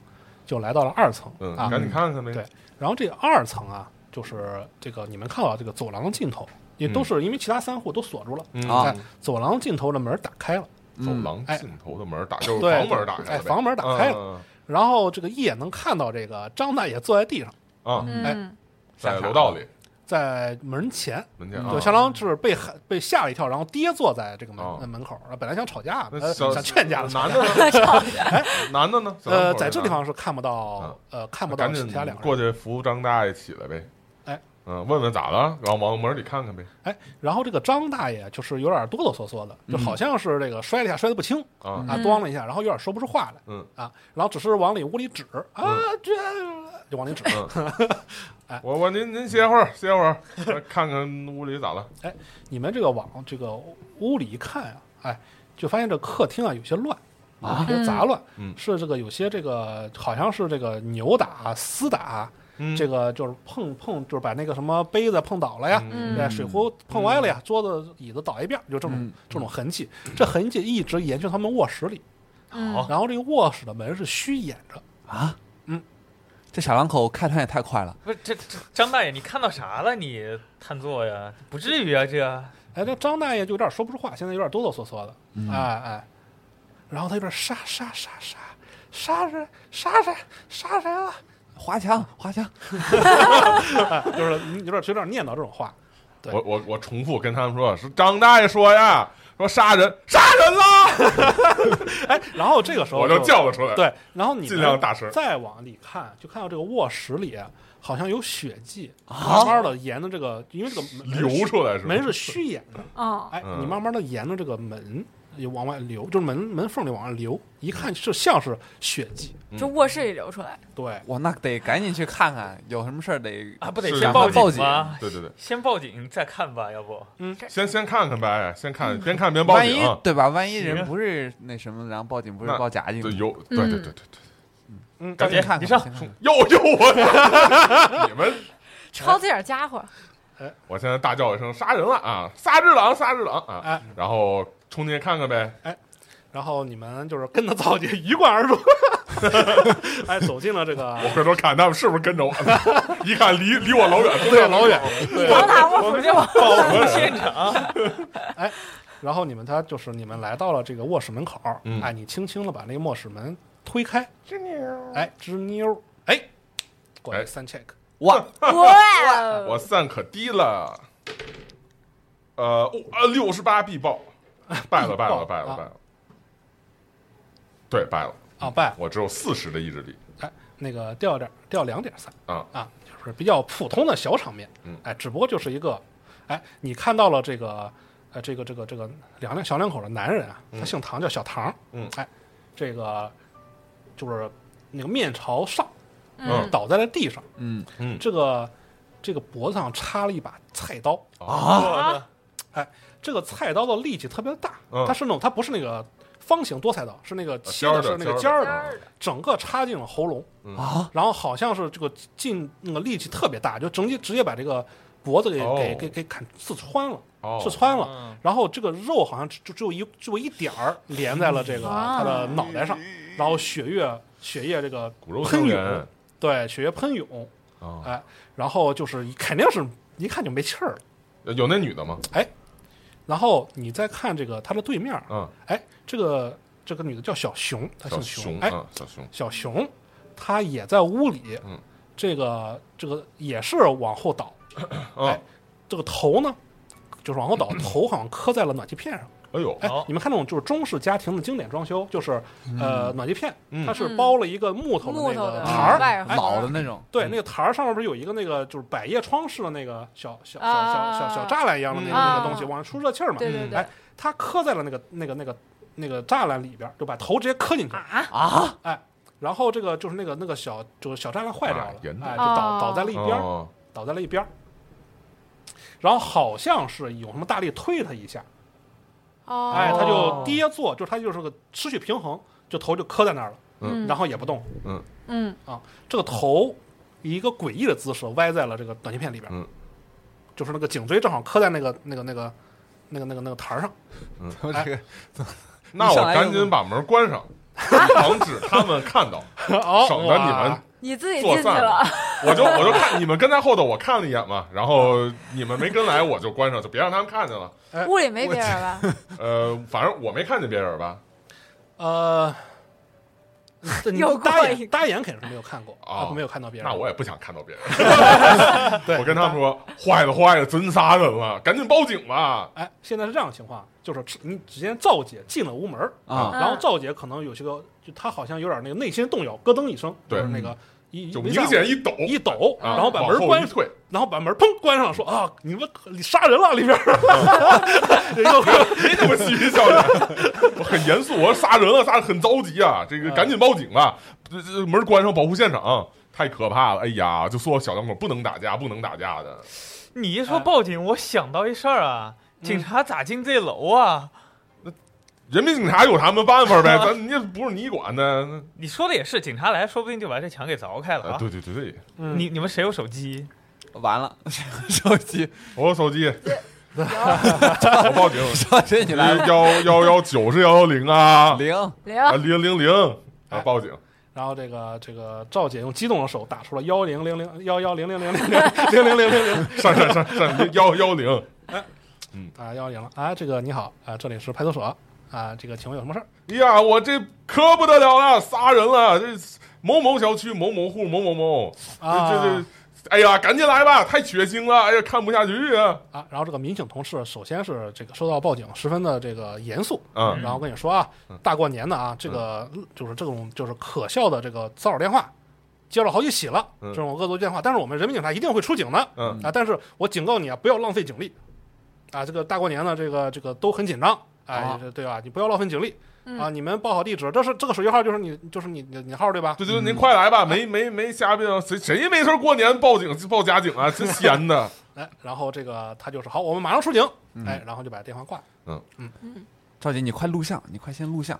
Speaker 6: 就来到了二层、
Speaker 5: 嗯，
Speaker 6: 啊。
Speaker 5: 赶紧看看呗。
Speaker 6: 对然后这个二层啊，就是这个你们看到这个走廊尽头，也都是因为其他三户都锁住了，
Speaker 5: 嗯
Speaker 4: 啊
Speaker 6: 哎，走廊尽头的门打开了，
Speaker 5: 走
Speaker 4: 嗯
Speaker 5: 廊尽头的门打，就是哦
Speaker 6: 哎对
Speaker 5: 房门打开
Speaker 6: 哎
Speaker 5: 了呗，嗯
Speaker 6: 房门打开
Speaker 5: 了
Speaker 6: 然后这个一眼能看到这个张大爷坐在地上，
Speaker 5: 啊，
Speaker 6: 哎
Speaker 3: 嗯，
Speaker 5: 在楼道里
Speaker 6: 在门前，
Speaker 5: 门前啊
Speaker 6: 就，相当是被喊被吓了一跳，然后跌坐在这个门、
Speaker 5: 哦
Speaker 6: 呃门口，本来想吵架，
Speaker 5: 那
Speaker 6: 呃、
Speaker 5: 小
Speaker 6: 想劝架的，哎
Speaker 5: 男的呢？男的呢？小两
Speaker 6: 呃，
Speaker 5: 口
Speaker 6: 在这
Speaker 5: 呢
Speaker 6: 地方是看不到，呃，看不到
Speaker 5: 啊赶
Speaker 6: 其
Speaker 5: 紧
Speaker 6: 他两个
Speaker 5: 过
Speaker 6: 人。
Speaker 5: 去扶张大爷起来呗。
Speaker 6: 哎，
Speaker 5: 嗯，问问咋了，然后往门里看看呗。
Speaker 6: 哎，然后这个张大爷就是有点哆哆嗦嗦的，
Speaker 5: 嗯
Speaker 6: 就好像是这个摔了一下，摔得不轻
Speaker 5: 啊，
Speaker 6: 啊，咣了一下，然后有点说不出话来，
Speaker 5: 嗯
Speaker 6: 啊，然后只是往里屋里指啊，这就往里指。
Speaker 5: 我我您您歇会儿，歇会儿，
Speaker 6: [laughs]
Speaker 5: 看看屋里咋了。
Speaker 6: 你们这个往这个屋里一看啊，哎，就发现这客厅啊有些乱。有些杂乱，
Speaker 5: 嗯
Speaker 6: 是这个有些这个好像是这个扭打、厮打，
Speaker 5: 嗯，
Speaker 6: 这个就是碰碰，就是把那个什么杯子碰倒了哎呀，
Speaker 3: 嗯
Speaker 5: 嗯
Speaker 6: 对，
Speaker 3: 嗯，
Speaker 6: 水壶碰歪了呀，桌子、椅子倒一边儿，就这种、
Speaker 4: 嗯
Speaker 6: 这种痕迹。这痕迹一直延续到他们卧室里，
Speaker 5: 哦
Speaker 3: 嗯
Speaker 6: 然后这个卧室的门是虚掩着，
Speaker 4: 啊，
Speaker 6: 嗯，
Speaker 4: 这小两口开船也太快了，
Speaker 2: 不是这这张大爷，你看到啥了？你瘫坐呀？不至于啊，这
Speaker 6: 哎，这张大爷就有点说不出话，现在有点哆哆嗦嗦的，哎哎，然后他一边杀杀杀杀杀人杀谁杀谁了，
Speaker 4: 华强，华强，
Speaker 6: 哎 [laughs] 就是有点有点念叨这种话，对
Speaker 5: 我我我重复跟他们说，是张大爷说呀，说杀人杀人啦，
Speaker 6: 哎，然后这个时候
Speaker 5: 我就叫了出来。，
Speaker 6: 对，然后你
Speaker 5: 尽量大声
Speaker 6: 再往里看，就看到这个卧室里啊好像有血迹，慢慢的沿着这个，因为这个门
Speaker 5: 流出来是吧
Speaker 6: 门是虚掩的，
Speaker 3: 哦，
Speaker 6: 哎，
Speaker 5: 嗯
Speaker 6: 你慢慢的沿着这个门也往外流，就是门门缝里往外流，一看是像是血迹，
Speaker 3: 就卧室里流出来，
Speaker 6: 对，
Speaker 4: 我那得赶紧去看看，有什么事儿得
Speaker 2: 啊，不得
Speaker 5: 是
Speaker 2: 先
Speaker 5: 啊
Speaker 2: 报
Speaker 4: 报
Speaker 2: 警吗？
Speaker 5: 对对对，
Speaker 2: 先报警再看吧，要不
Speaker 5: 先先看看呗，先
Speaker 6: 嗯
Speaker 5: 看边看边报
Speaker 4: 万一
Speaker 5: 警啊。
Speaker 4: 对吧？万一人
Speaker 2: 行
Speaker 4: 不是那什么，然后报警不是
Speaker 5: 那
Speaker 4: 报假警
Speaker 5: 对，
Speaker 4: 吗，
Speaker 5: 有对对对对对，
Speaker 6: 嗯，
Speaker 4: 赶紧
Speaker 2: 姐
Speaker 4: 看看
Speaker 2: 你
Speaker 4: 吧，
Speaker 2: 上
Speaker 4: 先看看
Speaker 5: 又又我， [laughs] 你们，
Speaker 3: 抄这点家伙，
Speaker 5: 我现在大叫一声杀人了啊，杀只狼，杀只狼啊，
Speaker 6: 哎，
Speaker 5: 然后冲进去看看呗。
Speaker 6: 然后你们就是跟着赵姐一贯而入， [laughs] 哎，走进了
Speaker 5: [laughs]
Speaker 6: 这个
Speaker 5: 我回头看他们是不是跟着我呢， [laughs] 一看离离我老远，都在老远。
Speaker 3: 你帮他，我
Speaker 2: 我
Speaker 3: 扶
Speaker 2: 们
Speaker 3: 着
Speaker 2: 要
Speaker 3: 我。
Speaker 2: 保护现场。
Speaker 6: 然后你们他就是你们来到了这个卧室门口，
Speaker 5: 嗯
Speaker 6: 哎，你轻轻的把那个卧室门推开，吱妞，哎，吱妞，哎，过来
Speaker 5: 哎
Speaker 6: 三 check，
Speaker 4: 哇，
Speaker 3: 哇
Speaker 5: 我散可低了，呃，哦啊，六十八必爆，败了，败了，败了，败 [laughs] 了。对，败了，
Speaker 6: 啊，拜，
Speaker 5: 我只有四十的意志力。
Speaker 6: 哎，那个掉点掉两点三
Speaker 5: 啊
Speaker 6: 啊，就是比较普通的小场面，
Speaker 5: 嗯
Speaker 6: 哎，只不过就是一个，哎，你看到了这个，呃，这个这个这个两两小两口的男人啊，他姓唐叫小唐，
Speaker 5: 嗯
Speaker 6: 哎，这个就是那个面朝上
Speaker 5: 嗯
Speaker 6: 倒在了地上，
Speaker 4: 嗯，
Speaker 6: 这个这个脖子上插了一把菜刀。
Speaker 2: 啊，
Speaker 6: 这个菜刀的力气特别大，
Speaker 5: 嗯啊
Speaker 6: 它是那种它不是那个方形多菜刀，是那个切
Speaker 5: 呃尖儿
Speaker 6: 的
Speaker 5: 的
Speaker 6: 是那个
Speaker 5: 尖
Speaker 6: 尖儿的，整个插进了喉咙
Speaker 5: 嗯
Speaker 4: 啊，
Speaker 6: 然后好像是这个进那个力气特别大，就直接直接把这个脖子给、
Speaker 5: 哦
Speaker 6: 给给给砍刺穿了，
Speaker 5: 哦
Speaker 6: 刺穿了。
Speaker 2: 嗯
Speaker 6: 然后这个肉好像只就只有一只有一点儿连在了这个
Speaker 3: 啊
Speaker 6: 他的脑袋上，然后血液血液这个
Speaker 5: 骨肉
Speaker 6: 喷
Speaker 5: 相
Speaker 6: 涌
Speaker 5: 连，
Speaker 6: 对，血液喷涌，
Speaker 5: 啊！
Speaker 6: 哎，然后就是肯定是一看就没气儿了。
Speaker 5: 有那女的吗？
Speaker 6: 然后你再看这个他的对面儿，
Speaker 5: 嗯，
Speaker 6: 哎，这个这个女的叫小熊，她
Speaker 5: 小
Speaker 6: 姓
Speaker 5: 熊嗯
Speaker 6: 哎，
Speaker 5: 啊，小熊，
Speaker 6: 小熊，他也在屋里，
Speaker 5: 嗯
Speaker 6: 这个这个也是往
Speaker 5: [clears throat]
Speaker 6: 后倒，
Speaker 5: 啊
Speaker 6: 哎，这个头呢就是
Speaker 5: [clears throat]
Speaker 6: 往后倒，头好像磕在了暖气片上。
Speaker 5: 哎呦，
Speaker 6: 哎
Speaker 2: 好，
Speaker 6: 你们看那种就是中式家庭的经典装修，就是呃暖气片，
Speaker 5: 嗯
Speaker 6: 它是包了一个木头的
Speaker 3: 木
Speaker 6: 那
Speaker 3: 头
Speaker 6: 个
Speaker 3: 的啊
Speaker 6: 台儿，
Speaker 3: 外头
Speaker 4: 老的那种，
Speaker 6: 对，
Speaker 5: 嗯
Speaker 6: 那个台儿上面不是有一个那个就是百叶窗式的那个小小小小小小
Speaker 3: 啊
Speaker 6: 栅栏一样的那个
Speaker 3: 嗯
Speaker 6: 那个东西，往上出热气儿嘛，
Speaker 3: 对对对
Speaker 6: 哎，它磕在了那个那个那个那个栅栏里边儿，就把头直接磕进去，哎
Speaker 3: 啊，
Speaker 6: 然后这个就是那个那个小就是小栅栏坏掉
Speaker 5: 啊
Speaker 6: 了，
Speaker 5: 人
Speaker 6: 哎，就
Speaker 3: 哦
Speaker 6: 倒倒在了一边儿，
Speaker 5: 哦
Speaker 6: 倒在了一边儿。然后好像是有什么大力推他一下，
Speaker 3: 哦，
Speaker 6: 哎，他就跌坐，就是他就是个失去平衡，就头就磕在那儿了，
Speaker 3: 嗯，
Speaker 6: 然后也不动。
Speaker 3: 嗯
Speaker 6: 这个头以一个诡异的姿势歪在了这个短镜片里边，
Speaker 5: 嗯
Speaker 6: 就是那个颈椎正好磕在那个那个那个那个那个那个台儿上。
Speaker 4: 我这
Speaker 5: 哎
Speaker 4: 个
Speaker 5: 那我赶紧把门关上，防止他们看 [laughs] 到，
Speaker 6: 哦
Speaker 5: 省得你们
Speaker 6: 哇。
Speaker 3: 你自己进
Speaker 5: 做
Speaker 3: 去
Speaker 5: 饭
Speaker 3: 了，
Speaker 5: [laughs] 我就我就看你们跟在后头，我看了一眼嘛，然后你们没跟来，我就关上，就别让他们看见了。
Speaker 6: 哎
Speaker 3: 屋里没别人吧？
Speaker 5: 呃，反正我没看见别人吧。
Speaker 6: 呃，这
Speaker 3: [laughs]
Speaker 6: 你
Speaker 3: 有过
Speaker 6: 大
Speaker 3: 一
Speaker 6: 眼
Speaker 3: 个
Speaker 6: 大眼肯定是没有看过
Speaker 5: 哦
Speaker 6: 啊，没有看到别人
Speaker 5: 那。我也不想看到别人，
Speaker 6: [laughs] 对
Speaker 5: 我跟他们说，坏了坏了，真杀人了，赶紧报警吧。
Speaker 6: 哎，现在是这样的情况，就是你只见赵姐进了屋门儿
Speaker 4: 啊
Speaker 3: 嗯
Speaker 6: 然后赵姐可能有些个，就她好像有点那个内心动摇，咯噔一声，
Speaker 5: 对嗯
Speaker 6: 就是那个一
Speaker 5: 就
Speaker 6: 没
Speaker 5: 明
Speaker 6: 站
Speaker 5: 显一抖
Speaker 6: 一抖，
Speaker 5: 啊，
Speaker 6: 然后把
Speaker 5: 往
Speaker 6: 门
Speaker 5: 后
Speaker 6: 关
Speaker 5: 一，退，
Speaker 6: 然后把门砰关上了，说啊，你们杀人了里边儿， [laughs]
Speaker 5: 没那么嬉皮笑脸，我很严肃，我说杀人了，杀人很着急啊，这
Speaker 6: 嗯
Speaker 5: 个赶紧报警吧，这这门关上，保护现场。太可怕了！哎呀，就说小两口不能打架，不能打架的。
Speaker 2: 你一
Speaker 4: 哎
Speaker 2: 说报警，我想到一事儿啊，
Speaker 4: 嗯
Speaker 2: 警察咋进这楼啊？
Speaker 5: 人民警察有他们办法
Speaker 6: [laughs]
Speaker 5: 呗，咱你不是你管的。那
Speaker 6: 啊
Speaker 2: 你说的也是，警察来，说不定就把这墙给凿开了
Speaker 5: 呃
Speaker 4: 哎
Speaker 2: 啊。
Speaker 5: 对对对对，
Speaker 6: 嗯
Speaker 2: 你你们谁有手机？
Speaker 4: 完了，手机，
Speaker 5: 我有
Speaker 6: [laughs]
Speaker 5: 手机，
Speaker 3: 有
Speaker 5: 我报警，
Speaker 4: 手机你来了，
Speaker 5: 幺幺幺九是幺幺零啊，
Speaker 4: 零，
Speaker 5: 啊
Speaker 3: 零
Speaker 5: 零零零啊，报警。
Speaker 6: 然后这个这个赵姐用激动的手打出了幺零零零幺幺零零零零 [laughs] 零零零零零
Speaker 5: [laughs] 上上上上幺幺零，
Speaker 6: 啊幺零了啊，这个你好啊，这里是派出所啊，这个请问有什么事儿？
Speaker 5: 哎呀，我这可不得了了，杀人了！啊这某某小区某某户某某某，
Speaker 6: 啊
Speaker 5: 这这这，哎呀，赶紧来吧，太血腥了，哎呀，看不下去啊！
Speaker 6: 啊，然后这个民警同事首先是这个收到报警，十分的这个严肃，
Speaker 5: 嗯
Speaker 6: 然后跟你说啊，大过年的啊，这个就是这种就是可笑的这个骚扰电话，接了好几起了，
Speaker 5: 嗯
Speaker 6: 这种恶作剧电话，但是我们人民警察一定会出警的
Speaker 5: 嗯
Speaker 6: 啊，但是我警告你啊，不要浪费警力啊，这个大过年呢，这个这个都很紧张。哎
Speaker 4: 啊，
Speaker 6: 这对吧？你不要浪费警力
Speaker 3: 嗯
Speaker 6: 啊！你们报好地址，这是这个手机号，就是你，就是你，你你号
Speaker 5: [laughs]
Speaker 6: 对吧？
Speaker 5: 对对，您快来吧，没没没瞎病，谁谁没事过年报警报假警啊？真闲的，
Speaker 6: 哎，然后这个他就是好，我们马上出警，哎，然后就把电话挂了。
Speaker 4: 赵姐你快录像，你快先录像，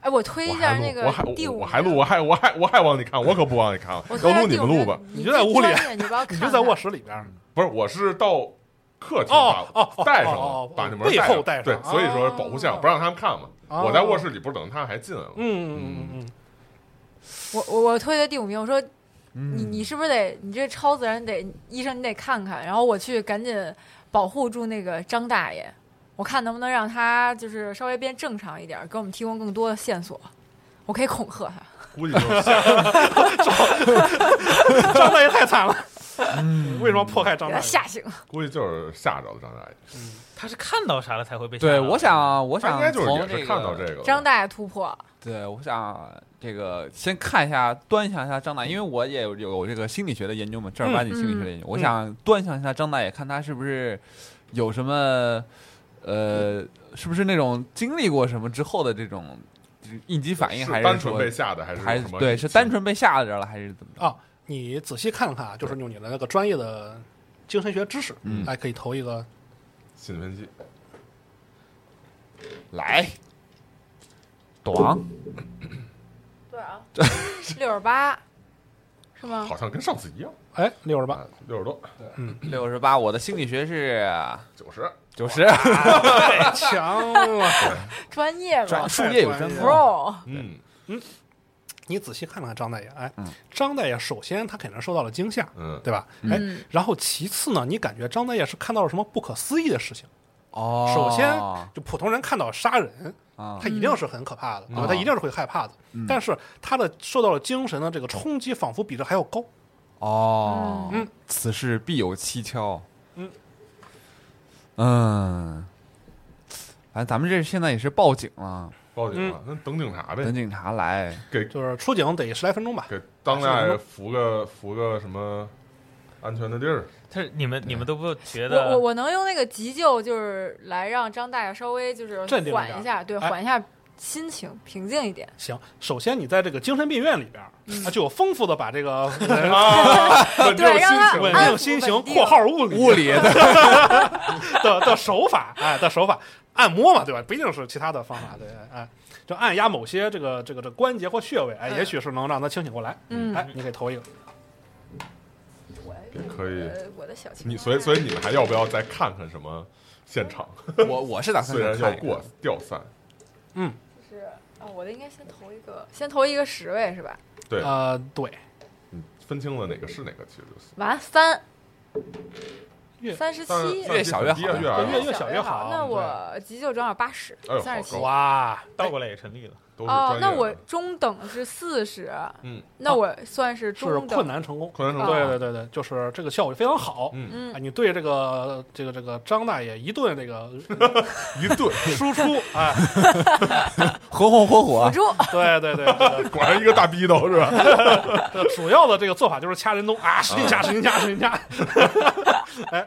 Speaker 3: 哎，我推
Speaker 5: 我
Speaker 3: 一
Speaker 5: 还
Speaker 3: 下
Speaker 5: 录
Speaker 3: 那，
Speaker 5: 我
Speaker 3: 个
Speaker 5: 还
Speaker 3: 第
Speaker 5: 我
Speaker 3: 五名，
Speaker 5: 我还录，我还我还我还往里看，我可不往里看了
Speaker 3: 我，推一
Speaker 5: 要
Speaker 3: 下
Speaker 5: 录你
Speaker 3: 第五
Speaker 5: 们录
Speaker 3: 名
Speaker 5: 吧。，
Speaker 6: 啊你就在屋里
Speaker 3: 钻进去，你帮我看
Speaker 6: [laughs] 你
Speaker 3: 看
Speaker 6: 就在卧室里边儿，
Speaker 5: 不是，我是到客厅
Speaker 6: 哦
Speaker 5: 把
Speaker 6: 哦哦，
Speaker 5: 带上
Speaker 6: 哦
Speaker 5: 了
Speaker 6: 哦，
Speaker 5: 把那门
Speaker 6: 背后
Speaker 5: 带上，
Speaker 6: 带
Speaker 5: 对
Speaker 6: 上，
Speaker 5: 所以说保护现场，不让他们看嘛。
Speaker 6: 哦
Speaker 5: 我在卧室里不是等着他还进来吗？
Speaker 6: 嗯嗯嗯
Speaker 3: 我我我推的第五名，我说你你是不是得你这超自然得医生你得看看，然后我去赶紧保护住那个张大爷，我看能不能让他就是稍微变正常一点，给我们提供更多的线索，我可以恐吓他。
Speaker 5: 估计就是吓
Speaker 6: 嗯，张大爷太惨了， [laughs] 为什么迫害张
Speaker 3: 给
Speaker 6: 大
Speaker 3: 他
Speaker 6: 爷？
Speaker 3: 吓醒，
Speaker 5: 估计就是吓着了张大爷，
Speaker 2: 他是看到啥了才会被吓到
Speaker 4: 对，我想， [laughs] 我
Speaker 5: 他应
Speaker 4: 想
Speaker 5: 该就是
Speaker 4: 从
Speaker 5: 也是看到这个了
Speaker 3: 张大爷突破，
Speaker 4: 对，我想这个先看一下，端详一下张大爷，因为我也有有这个心理学的研究嘛，正儿八经心理学的研究。我想端详一下张大爷，看他是不是有什么，呃，是不是那种经历过什么之后的这种就是应激反应，还
Speaker 5: 是
Speaker 4: 是
Speaker 5: 单
Speaker 4: 说
Speaker 5: 纯被吓的，还是
Speaker 4: 还
Speaker 5: 有什么？
Speaker 4: 对，是单纯被吓着了，还是怎么着？
Speaker 6: 啊，你仔细看看啊，就是用你的那个专业的精神学知识，
Speaker 4: 嗯
Speaker 6: 哎，可以投一个
Speaker 5: 兴奋剂。
Speaker 4: 来，短
Speaker 3: 多少？ [laughs] 六十八，是吗？
Speaker 5: 好像跟上次一样，
Speaker 6: 哎六十八，
Speaker 5: 六十多，
Speaker 4: 六十八，我的心理学是
Speaker 5: 九十，
Speaker 4: 九十，
Speaker 6: 太强了
Speaker 3: 专业吧
Speaker 4: 专术业有专
Speaker 6: 太专业
Speaker 4: 攻。
Speaker 3: ，Pro，
Speaker 5: 嗯，
Speaker 6: [laughs] 你仔细看看张大爷，哎
Speaker 4: 嗯，
Speaker 6: 张大爷首先他肯定受到了惊吓，
Speaker 5: 嗯
Speaker 6: 对吧？哎，
Speaker 3: 嗯，
Speaker 6: 然后其次呢，你感觉张大爷是看到了什么不可思议的事情？
Speaker 4: 哦，
Speaker 6: 首先，就普通人看到杀人，
Speaker 4: 啊
Speaker 6: 他一定是很可怕的，对吧？他一定是会害怕的
Speaker 4: 嗯，
Speaker 6: 但是他的受到了精神的这个冲击，仿佛比这还要高。
Speaker 4: 哦，
Speaker 6: 嗯，
Speaker 4: 此事必有蹊跷。
Speaker 6: 嗯
Speaker 4: 嗯，反正咱们这现在也是报警了，
Speaker 5: 报警了，那等警察呗
Speaker 4: 等，警察来。
Speaker 5: 给
Speaker 6: 就是出警得十来分钟吧，
Speaker 5: 给当代扶个扶个什么安全的地儿，
Speaker 2: 但是你们你们都不觉
Speaker 3: 我我
Speaker 2: 得
Speaker 3: 我能用那个急救，就是来让张大爷稍微就是
Speaker 6: 镇定一
Speaker 3: 缓
Speaker 6: 点
Speaker 3: 一下，对，
Speaker 6: 哎
Speaker 3: 缓一下心情，平静一点。
Speaker 6: 行，首先你在这个精神病院里边儿，
Speaker 4: 嗯
Speaker 6: 啊，就有丰富的把这
Speaker 4: [laughs]
Speaker 6: 个 [laughs]
Speaker 3: 啊
Speaker 5: 稳定
Speaker 3: 对，让
Speaker 5: 心
Speaker 3: 他
Speaker 5: 情。
Speaker 6: 稳
Speaker 3: 安
Speaker 6: 定
Speaker 3: 抚
Speaker 6: 心
Speaker 3: 稳
Speaker 6: 情（
Speaker 3: 定
Speaker 6: 括号物理
Speaker 4: 物理的
Speaker 6: [laughs] 的的手法），哎的手法，按摩嘛，对吧？不一定是其他的方法，对，哎，就按压某些这个这个这个关节或穴位，哎，
Speaker 3: 嗯
Speaker 6: 也许是能让他清醒过来。
Speaker 3: 嗯，
Speaker 6: 哎，你给投一个，嗯
Speaker 5: 可以，
Speaker 3: 呃，我的小情
Speaker 5: 你
Speaker 3: 况
Speaker 5: 所以
Speaker 3: 下
Speaker 5: 所以你们还要不要再看看什么现场？
Speaker 4: 我我是打算
Speaker 5: 虽然
Speaker 4: 看
Speaker 5: 要
Speaker 4: 一看
Speaker 5: 过掉散，
Speaker 3: 是啊，我的应该先投一个，先投一个十位是吧？
Speaker 5: 对
Speaker 6: 呃，对，
Speaker 5: 你分清了哪个是哪个，其实就是。
Speaker 3: 完三
Speaker 6: 越，
Speaker 3: 三十
Speaker 5: 但是
Speaker 3: 七
Speaker 5: 但，是
Speaker 4: 越小越好
Speaker 5: 低啊越矮
Speaker 6: 对
Speaker 5: 啊
Speaker 6: 越小越好
Speaker 3: 那
Speaker 6: 对
Speaker 3: 我急救正好八十
Speaker 5: 哎呦，
Speaker 3: 三十七
Speaker 5: 好。高啊
Speaker 6: 哇，
Speaker 4: 哎
Speaker 2: 倒过来也成立了？
Speaker 5: 都是专
Speaker 3: 哦
Speaker 5: 业，
Speaker 3: 那
Speaker 5: 的
Speaker 3: 我中等是四十，
Speaker 5: 嗯，
Speaker 3: 那我算是
Speaker 6: 是
Speaker 3: 中
Speaker 6: 困
Speaker 3: 等。
Speaker 6: 难成功。
Speaker 5: 困难程度
Speaker 6: 对对对对，就是这个效果非常好。
Speaker 5: 嗯
Speaker 6: 啊，
Speaker 3: 嗯，
Speaker 6: 你对这个这个这个张大爷一顿这个
Speaker 5: 一顿，
Speaker 6: 输出，哎，
Speaker 4: 红红火
Speaker 3: 辅
Speaker 4: 火，
Speaker 3: 助
Speaker 6: 对对对，这个
Speaker 5: 果然一个大逼斗是吧？
Speaker 6: 这个呃主要的这个做法就是掐人中啊，使劲掐，使劲掐，使劲掐， [laughs] 哎，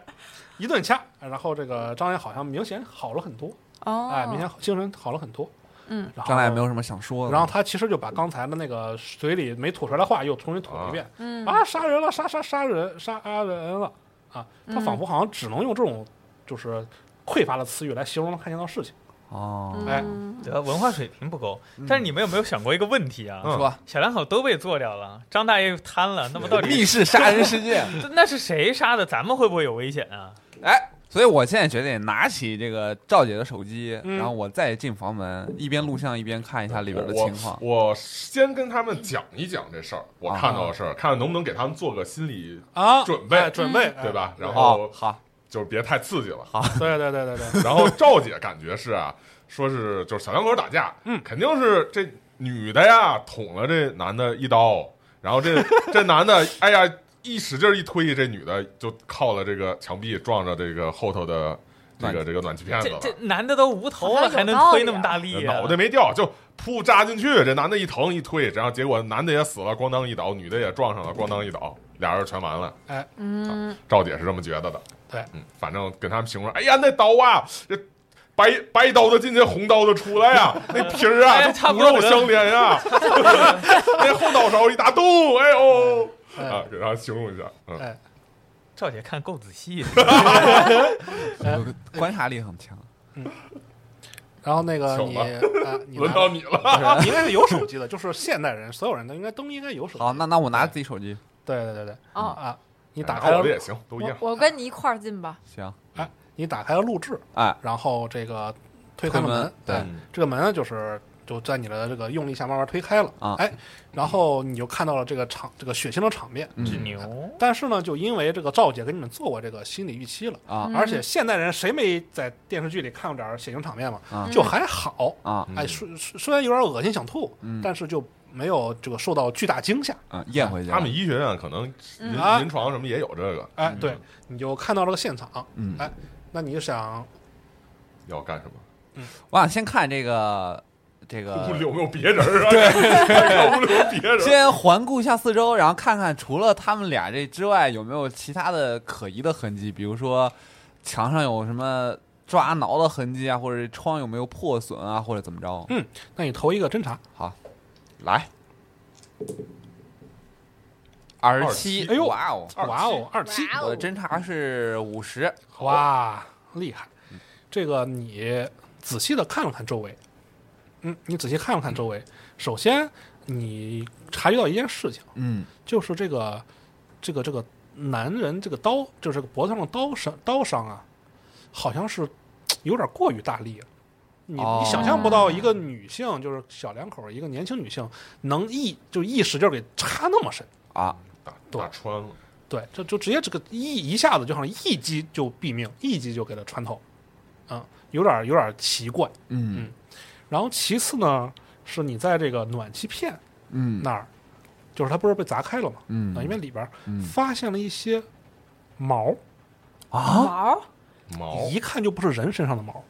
Speaker 6: 一顿掐，然后这个张爷好像明显好了很多，
Speaker 3: 哦，
Speaker 6: 哎，明显好精神好了很多。
Speaker 3: 嗯，
Speaker 6: 然后
Speaker 4: 张大爷没有什么想说的。
Speaker 6: 然后他其实就把刚才的那个嘴里没吐出来的话又重新吐了一遍
Speaker 3: 嗯
Speaker 6: 啊，杀人了，杀杀杀人，杀人了啊！他仿佛好像只能用这种就是匮乏的词语来形容他看见到事情。
Speaker 4: 哦，
Speaker 6: 哎
Speaker 3: 嗯
Speaker 2: 得啊文化水平不够。但是你们有没有想过一个问题啊？
Speaker 5: 嗯
Speaker 4: 说
Speaker 2: 小两口都被做掉了，张大爷瘫了，那么到底
Speaker 4: 密室杀人事件，
Speaker 2: 那是谁杀的？咱们会不会有危险啊？
Speaker 4: 哎。所以我现在决定拿起这个赵姐的手机，
Speaker 6: 嗯
Speaker 4: 然后我再进房门，一边录像一边看一下里边的
Speaker 5: 我
Speaker 4: 情况。
Speaker 5: 我先跟他们讲一讲这事儿，我看到的
Speaker 4: 啊
Speaker 5: 事儿，看看能不能给他们做个心理
Speaker 6: 啊，
Speaker 5: 准备嗯
Speaker 6: 哎准备，
Speaker 5: 对吧？然
Speaker 4: 哦
Speaker 5: 后，
Speaker 4: 好，
Speaker 5: 就是别太刺激了。
Speaker 6: 哎？对对对对对，
Speaker 5: 然后赵姐感觉是啊，说是就是小两口打架，
Speaker 6: 嗯
Speaker 5: 肯定是这女的呀捅了这男的一刀，然后这这男的哎呀一使劲一推，这女的就靠了这个墙壁撞着这个后头的这个这个暖气片子
Speaker 2: 这
Speaker 5: 了。
Speaker 2: 这男的都无头了，
Speaker 3: 好像
Speaker 2: 还
Speaker 3: 有
Speaker 2: 能
Speaker 3: 道理啊
Speaker 2: 推那么大力、啊？
Speaker 5: 脑袋没掉，就噗扎进去。这男的一疼一推，然后结果男的也死了，咣当一倒；女的也撞上了，咣当一倒，俩人全完了。
Speaker 3: 嗯，
Speaker 5: 赵姐是这么觉得的。
Speaker 6: 对
Speaker 5: 嗯，反正跟他们形容，哎呀，那刀啊，这白白刀子进去，红刀子出来
Speaker 6: [laughs]
Speaker 5: 呀、那皮儿
Speaker 2: 哎
Speaker 5: 啊，
Speaker 2: 呀差
Speaker 5: 就
Speaker 2: 不
Speaker 5: 骨
Speaker 2: 多
Speaker 5: 肉相连呀、 [laughs] 那后脑勺一大洞，哎呦，啊
Speaker 6: 哎，
Speaker 5: 给他形容一下，嗯，
Speaker 6: 哎，
Speaker 2: 赵姐看够仔细的，
Speaker 4: [laughs] 观察力很强。
Speaker 6: 然后那个
Speaker 5: 巧
Speaker 6: 你，
Speaker 5: 了
Speaker 6: 啊，你
Speaker 5: 轮
Speaker 6: 拿
Speaker 5: 到你了，
Speaker 6: 了你应该是有手机的，就是现代人，所有人都应该都应该有手机。
Speaker 4: 好，那那我拿自己手机，
Speaker 6: 对对对对，
Speaker 3: 哦
Speaker 6: 啊，你
Speaker 5: 你
Speaker 6: 打开
Speaker 5: 我
Speaker 6: 了
Speaker 5: 的，也行，都一样
Speaker 3: 我。我跟你一块儿进吧。
Speaker 4: 行，
Speaker 6: 哎，你打开了录制，
Speaker 4: 哎，
Speaker 6: 然后这个推开了
Speaker 4: 推门嗯
Speaker 6: 门，
Speaker 4: 对
Speaker 5: 嗯
Speaker 6: 哎，这个门呢就是就在你的这个用力下慢慢推开了
Speaker 4: 啊
Speaker 6: 哎，然后你就看到了这个场这个血腥的场面。
Speaker 2: 是
Speaker 4: 嗯
Speaker 2: 牛。
Speaker 6: 但是呢，就因为这个赵姐给你们做过这个心理预期了，
Speaker 4: 啊
Speaker 3: 嗯
Speaker 6: 而且现代人谁没在电视剧里看过点儿血腥场面嘛？
Speaker 4: 啊
Speaker 6: 就还好，
Speaker 4: 啊
Speaker 6: 哎，虽虽虽然有点恶心想吐，
Speaker 4: 嗯
Speaker 6: 但是就没有这个受到巨大惊吓。
Speaker 4: 啊，咽回去了。
Speaker 5: 他们医学院可能临
Speaker 6: 嗯啊
Speaker 5: 临床什么也有这个，
Speaker 6: 哎，对，你就看到了个现场，
Speaker 4: 嗯
Speaker 6: 哎，那你就想，
Speaker 5: 要干什么？
Speaker 4: 我想先看这个这
Speaker 6: 呃
Speaker 5: 屋里
Speaker 4: 个，
Speaker 5: [laughs] 有没有别人啊？ [laughs] 对，屋里有没有别人。
Speaker 4: 先环顾一下四周，然后看看除了他们俩这之外有没有其他的可疑的痕迹，比如说墙上有什么抓挠的痕迹啊，或者窗有没有破损啊，或者怎么着？
Speaker 6: 那你投一个侦查，
Speaker 4: 来，二十
Speaker 5: 27
Speaker 4: 七，哎呦，哇哦！
Speaker 6: 哇哦，二七，
Speaker 3: 哇
Speaker 4: 我
Speaker 3: 哦
Speaker 4: 的，侦查是五十，
Speaker 6: 哇，厉害！这个你仔细的看了看周围，嗯，你仔细看了看周围，首先你察觉到一件事情，
Speaker 4: 嗯，
Speaker 6: 就是这个这个这个男人这个刀，就是这个脖子上的刀伤刀伤啊，好像是有点过于大力了。你
Speaker 4: 哦
Speaker 6: 你想象不到一个女性，就是小两口儿，一个年轻女性能一就一使劲儿给插那么深，
Speaker 4: 啊，
Speaker 5: 打打穿了，
Speaker 6: 对，这就直接这个一一下子就好像一击啊就毙命，一击就给他穿透，嗯，有点有点奇怪。
Speaker 4: 嗯
Speaker 6: 嗯然后其次呢，是你在这个暖气片
Speaker 4: 嗯
Speaker 6: 那儿，就是它不是被砸开了嘛，
Speaker 4: 嗯
Speaker 6: 啊，因为里边儿
Speaker 4: 嗯
Speaker 6: 发现了一些毛，
Speaker 4: 啊，
Speaker 3: 毛儿
Speaker 5: 毛
Speaker 6: 一看就不是人身上的毛，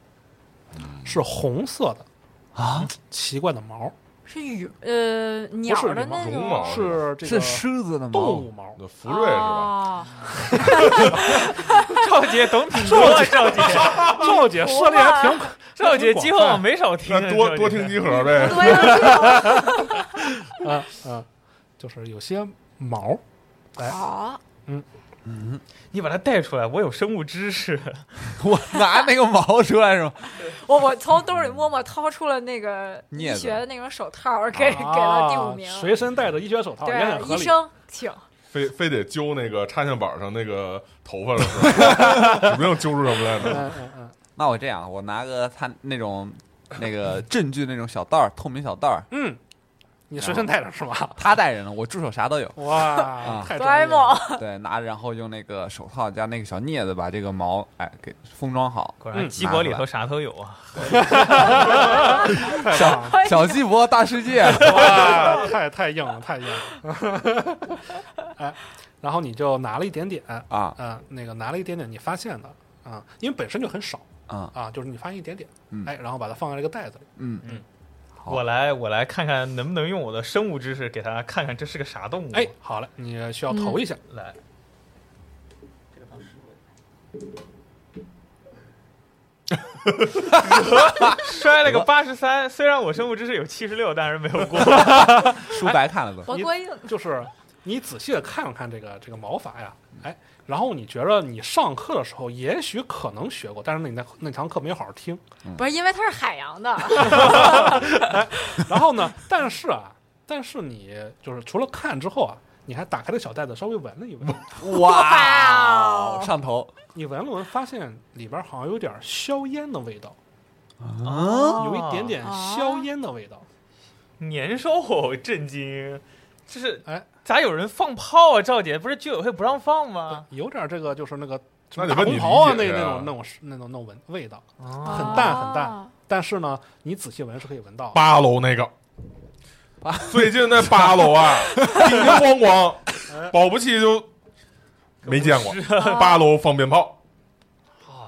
Speaker 4: 嗯
Speaker 6: 是红色的啊，奇怪的毛，
Speaker 3: 是羽呃鸟
Speaker 6: 不是
Speaker 3: 儿的
Speaker 6: 羽毛
Speaker 3: 那
Speaker 5: 绒
Speaker 3: 种
Speaker 5: 毛
Speaker 6: 是这
Speaker 4: 是
Speaker 6: 个
Speaker 4: 狮子的吗？
Speaker 6: 动物毛，
Speaker 5: 的福瑞是
Speaker 6: 啊
Speaker 3: 哦
Speaker 5: 吧？
Speaker 2: 赵姐懂挺多，赵姐，
Speaker 3: 啊
Speaker 6: 赵
Speaker 3: 哦
Speaker 6: 姐涉猎还挺
Speaker 2: 赵姐
Speaker 6: 广
Speaker 2: 今后没少听，啊
Speaker 5: 那多
Speaker 2: 赵姐
Speaker 5: 多听几盒呗。
Speaker 3: 对呀，
Speaker 6: 啊啊，就是有些毛，
Speaker 3: [laughs]
Speaker 6: 哎，
Speaker 3: 好，
Speaker 2: 你把它带出来，我有生物知识。
Speaker 4: [laughs] 我拿那个毛出来是吗？
Speaker 3: 我我从兜里默默掏出了那个
Speaker 4: 镊
Speaker 3: 医
Speaker 4: 子
Speaker 3: 学的那种手套，给给了第五名
Speaker 6: 啊。随身带着医学手套，也
Speaker 3: 对
Speaker 6: 很，合
Speaker 3: 医
Speaker 6: 理。
Speaker 3: 生，请
Speaker 5: 非非得揪那个插线板上那个头发了，是吧？ [laughs] 指不定揪出什么来呢。
Speaker 6: 嗯嗯嗯，
Speaker 4: 那我这样，啊我拿个他那种那个证据那种小袋儿，透明小袋儿，
Speaker 6: 你随身带着是吗？
Speaker 4: 他带人了，我助手啥都有。
Speaker 6: [laughs] 哇，
Speaker 4: 啊
Speaker 6: 太
Speaker 3: 哆啦 A
Speaker 6: 专业了
Speaker 3: 梦， [laughs]
Speaker 4: 对，拿着然后用那个手套加那个小镊子把这个毛哎给封装好。
Speaker 2: 果
Speaker 6: 嗯
Speaker 2: 然， [laughs] 鸡脖里头啥都有啊。
Speaker 6: 太棒了
Speaker 4: 小鸡脖大世界， [laughs]
Speaker 6: 哇，太太硬了，太硬了。 [laughs] 哎，然后你就拿了一点点啊、
Speaker 4: 啊
Speaker 6: 那个拿了一点点你发现的啊、因为本身就很少
Speaker 4: 啊
Speaker 6: 啊，就是你发现一点点，
Speaker 4: 嗯
Speaker 6: 哎，然后把它放在这个袋子里。
Speaker 4: 嗯好
Speaker 2: 我来，我来看看能不能用我的生物知识给他看看这是个啥
Speaker 4: 嗯
Speaker 2: 动物。
Speaker 6: 哎，，好嘞，你需要投一下，
Speaker 2: 来，这个方式。摔了个八十三，虽然我生物知识有七十六，但是没有过。
Speaker 4: 书白看了都。
Speaker 3: 我过硬，
Speaker 6: 就是你仔细的看了看这个这个毛发呀，哎，然后你觉得你上课的时候也许可能学过，但是你那那堂课没有好好
Speaker 4: [laughs]
Speaker 6: 听。
Speaker 3: 不是因为它是海洋的，
Speaker 6: 然后呢，但是啊，但是你就是除了看之后啊，你还打开了小袋子稍微闻了一闻。
Speaker 4: 哇
Speaker 3: 哇哦
Speaker 4: 上头
Speaker 6: 你闻了闻，发现里边好像有点硝烟的味道，
Speaker 4: 啊！
Speaker 6: 有一点点硝烟的味道。
Speaker 2: 年兽，震惊！这是
Speaker 6: 哎，
Speaker 2: 咋有人放炮啊？赵姐，不是居委会不让放吗？
Speaker 6: 有点这个就是那个什么
Speaker 5: 那得
Speaker 6: 大
Speaker 5: 问
Speaker 6: 红
Speaker 5: 你
Speaker 6: 袍啊，
Speaker 5: 理
Speaker 6: 那
Speaker 5: 解
Speaker 6: 那
Speaker 5: 呀
Speaker 6: 种那种那种那种闻味道。
Speaker 2: 啊，
Speaker 6: [laughs] 很淡很淡
Speaker 3: 哦
Speaker 6: 但是呢，你仔细闻是可以闻到的。
Speaker 5: 八楼那个，最近那八楼啊，叮叮咣咣，保不齐就没见过
Speaker 6: 啊
Speaker 5: 八楼放鞭炮。
Speaker 2: 啊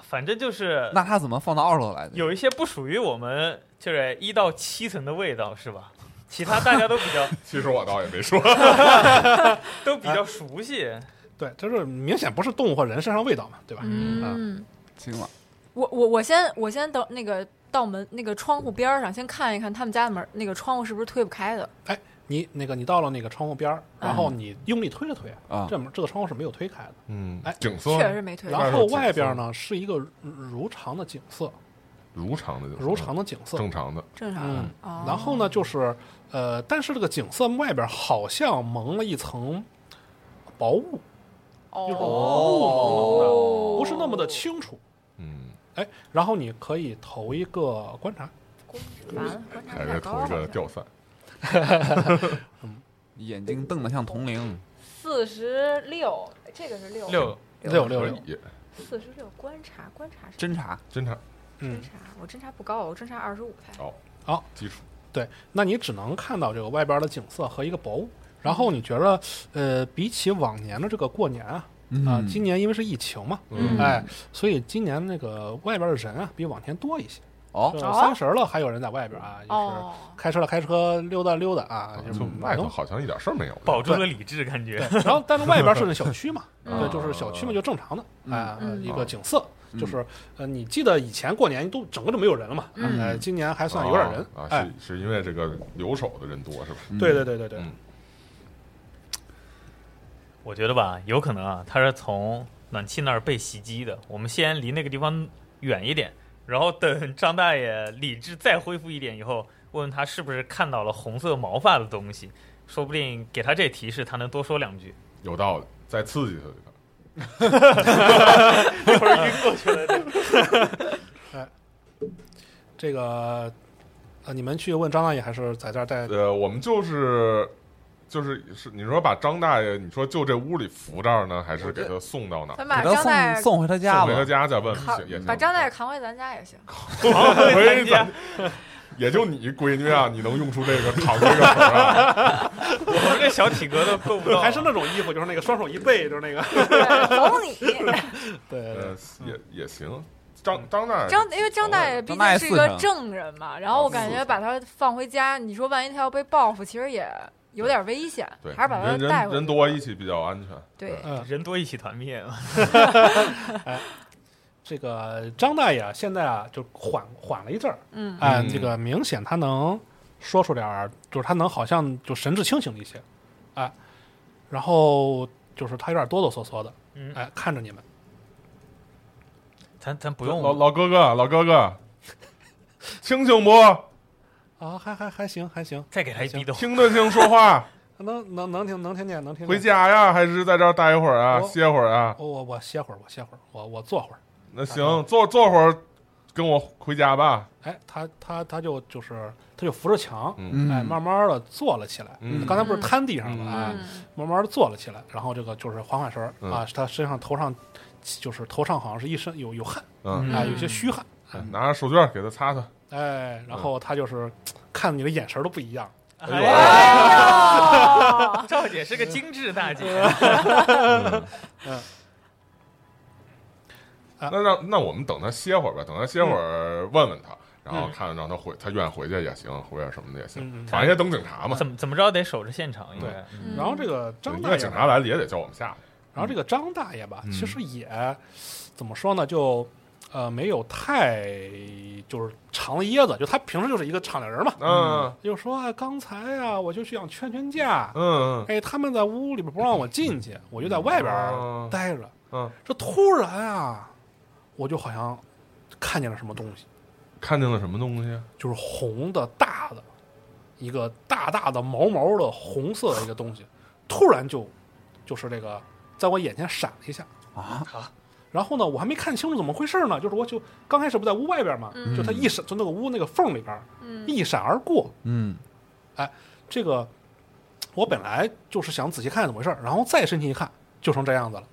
Speaker 2: 反正就是
Speaker 4: 那他怎么放到二楼来的？
Speaker 2: 有一些不属于我们，就是一到七层的味道，是吧？其他大家都比较
Speaker 5: 其实我倒也没说，
Speaker 6: 哎
Speaker 2: 都比较熟悉。
Speaker 6: 对，就是明显不是动物或人身上味道嘛，对吧？啊，
Speaker 3: 嗯，
Speaker 4: 行了，
Speaker 3: 我我我先我先等那个到门那个窗户边儿上，先看一看他们家的门那个窗户是不是推不开的。
Speaker 6: 哎，你那个你到了那个窗户边儿，然后
Speaker 3: 嗯
Speaker 6: 你用力推了推，
Speaker 4: 啊
Speaker 6: 这门这个窗户是没有推开的。
Speaker 5: 嗯
Speaker 6: 哎，
Speaker 5: 景色
Speaker 3: 确实是没推开。
Speaker 6: 然后外边呢是一个如如常的景色，
Speaker 5: 如常的，
Speaker 6: 如常的景色，
Speaker 5: 正常的，
Speaker 3: 正常的
Speaker 6: 嗯，
Speaker 3: 哦
Speaker 6: 然后呢，就是呃，但是这个景色外边好像蒙了一层薄雾，就是
Speaker 3: 哦，
Speaker 6: 不是那么的清楚。
Speaker 5: 嗯，
Speaker 6: 哎，然后你可以投一个观察，
Speaker 3: 完了，观察
Speaker 5: 还
Speaker 3: 太
Speaker 5: 是
Speaker 3: 高
Speaker 5: 投一个
Speaker 3: 了，
Speaker 5: 吊伞，
Speaker 4: 眼睛瞪得像铜铃，
Speaker 3: 四十六，这个是六
Speaker 2: 六，
Speaker 6: 六六
Speaker 5: 可
Speaker 6: 六，
Speaker 5: 以，
Speaker 3: 四十六，观察观察是
Speaker 4: 侦查
Speaker 5: 侦查
Speaker 6: 嗯
Speaker 3: 侦，查，我侦查不高，我侦查二十五才。
Speaker 5: 好，
Speaker 6: 好，
Speaker 5: 基础
Speaker 6: 对，那你只能看到这个外边的景色和一个薄雾。然后你觉得，呃，比起往年的这个过年啊，
Speaker 4: 嗯
Speaker 6: 啊、今年因为是疫情嘛，
Speaker 3: 嗯
Speaker 6: 哎，所以今年那个外边的人啊，比往年多一些。
Speaker 4: 哦
Speaker 6: 就
Speaker 3: 哦
Speaker 6: 三十了还有人在外边啊，就是
Speaker 3: 哦，
Speaker 6: 开车了开车，溜达溜达啊，就是
Speaker 5: 就哦
Speaker 6: 哪
Speaker 5: 外
Speaker 6: 能
Speaker 5: 头好像一点事儿没有，
Speaker 2: 保住了理智，感觉。
Speaker 6: 然后但是外边是那小区嘛，
Speaker 5: 嗯
Speaker 6: 对，就是小区嘛，就正常的啊、
Speaker 3: 嗯
Speaker 6: 一个景色，就是呃，你记得以前过年都整个就没有人了嘛，
Speaker 3: 嗯
Speaker 6: 呃，今年还算有点人，
Speaker 5: 啊，
Speaker 6: 哎，
Speaker 5: 是是因为这个留守的人多是吧？
Speaker 6: 对对对对对，
Speaker 5: 嗯
Speaker 2: 我觉得吧，有可能啊，它是从暖气那儿被袭击的。我们先离那个地方远一点，然后等张大爷理智再恢复一点以后，问问他是不是看到了红色毛发的东西，说不定给他这提示，他能多说两句。
Speaker 5: 有道理，再刺激他一下。
Speaker 2: 一会儿晕过去了，
Speaker 6: 这个呃，你们去问张大爷还是在这儿待？
Speaker 5: 呃，我们就是就是是，你说把张大爷，你说就这屋里扶这儿呢，还是给他送到哪儿？
Speaker 3: 咱
Speaker 4: 给
Speaker 3: 把
Speaker 4: 他
Speaker 3: 张大
Speaker 4: 送
Speaker 3: 爷
Speaker 4: 送回他家
Speaker 5: 送
Speaker 4: 吧
Speaker 5: 回。他家再问
Speaker 3: 扛
Speaker 5: 行也行。
Speaker 3: 把张大爷扛回咱家也行。
Speaker 2: 扛回咱家
Speaker 5: 回也就你闺女啊，你能用出这个扛这个活儿啊。
Speaker 2: 我们这小体格都够不到，
Speaker 6: 还是那种衣服，就是那个双手一背，就是
Speaker 3: [laughs]
Speaker 6: 那个。
Speaker 3: 对走你，
Speaker 6: 对对对
Speaker 5: 呃，也也行。张张大爷，
Speaker 3: 张，因为张大爷毕竟是一
Speaker 4: 张大
Speaker 3: 个
Speaker 4: 爷四成
Speaker 3: 证人嘛，然后我感觉把他放回家，你说万一他要被报复，其实也有点危险
Speaker 5: 对，，
Speaker 3: 还是把他
Speaker 5: 人
Speaker 3: 带
Speaker 5: 人
Speaker 3: 回去
Speaker 5: 人多一起比较安全。
Speaker 3: 对，
Speaker 6: 嗯，
Speaker 2: 人多一起团灭嘛。
Speaker 6: 这个张大爷啊，现在啊就缓缓了一阵儿，
Speaker 3: 嗯
Speaker 6: 哎，
Speaker 5: 嗯
Speaker 6: 这个明显他能说出点儿，就是他能好像就神志清醒了一些，哎，然后就是他有点哆哆嗦嗦的，
Speaker 2: 嗯，
Speaker 6: 哎，看着你们，
Speaker 2: 咱咱不
Speaker 5: 老
Speaker 2: 用，
Speaker 5: 老哥哥，老哥哥，清醒不？
Speaker 6: 啊，还还还行还行，
Speaker 2: 再给他一逼斗。
Speaker 5: 听得清说话？
Speaker 3: [laughs]
Speaker 6: 能能能听能听见能听见。
Speaker 5: 回家呀，还是在这儿待一会儿啊，
Speaker 6: 我
Speaker 5: 歇会儿啊？
Speaker 6: 我我我歇会儿，我歇会儿，我我坐会儿。
Speaker 5: 那行，坐坐会儿，跟我回家吧。
Speaker 6: 哎，他他他就就是他就扶着墙，
Speaker 5: 嗯
Speaker 6: 哎，慢慢的坐了起来。
Speaker 5: 嗯
Speaker 6: 刚才不是瘫地上了吗？哎
Speaker 3: 嗯，
Speaker 6: 慢慢的坐了起来，然后这个就是缓缓神儿、
Speaker 5: 嗯
Speaker 6: 啊，他身上头上就是头上好像是一身有有汗
Speaker 5: 嗯，
Speaker 6: 啊、
Speaker 3: 嗯
Speaker 6: 有些虚汗，
Speaker 5: 哎拿着手绢给他擦擦。
Speaker 6: 哎，然后他就是看你的眼神儿都不一样，
Speaker 5: 哎呦
Speaker 2: 哎
Speaker 3: 哎呦，
Speaker 2: 赵姐是个精致大姐，
Speaker 4: 嗯
Speaker 5: 那让那我们等他歇会儿吧，等他歇会儿问问他，然后看让他回，他愿意回去也行，回去什么的也行，
Speaker 6: 嗯嗯
Speaker 5: 反正也等警察嘛。
Speaker 2: 怎么怎么着得守着现场，应该。嗯
Speaker 6: 然后这个张
Speaker 5: 因
Speaker 6: 大
Speaker 5: 为
Speaker 6: 爷
Speaker 5: 警
Speaker 6: 吧，
Speaker 5: 察来了也得叫我们下去。
Speaker 6: 然后这个张大爷吧，
Speaker 5: 嗯
Speaker 6: 其实也怎么说呢，就呃没有太就是长了椰子，就他平时就是一个敞亮人嘛，
Speaker 5: 嗯
Speaker 6: 就说啊，刚才啊，我就去想劝劝架，
Speaker 5: 嗯
Speaker 6: 哎，他们在屋里边不让我进去，我就在外边
Speaker 5: 哦
Speaker 6: 待着。
Speaker 5: 嗯，
Speaker 6: 这突然啊，我就好像看见了什么东西，
Speaker 5: 看见了什么东西？
Speaker 6: 就是红的大的，一个大大的毛毛的红色的一个东西，突然就就是这个在我眼前闪了一下啊。然后呢，我还没看清楚怎么回事呢，就是我就刚开始不在屋外边嘛，
Speaker 3: 嗯
Speaker 6: 就它一闪，就那个屋那个缝里边
Speaker 3: 嗯
Speaker 6: 一闪而过，
Speaker 4: 嗯，
Speaker 6: 这个我本来就是想仔细看看怎么回事儿，然后再深情一看，就成这样子了，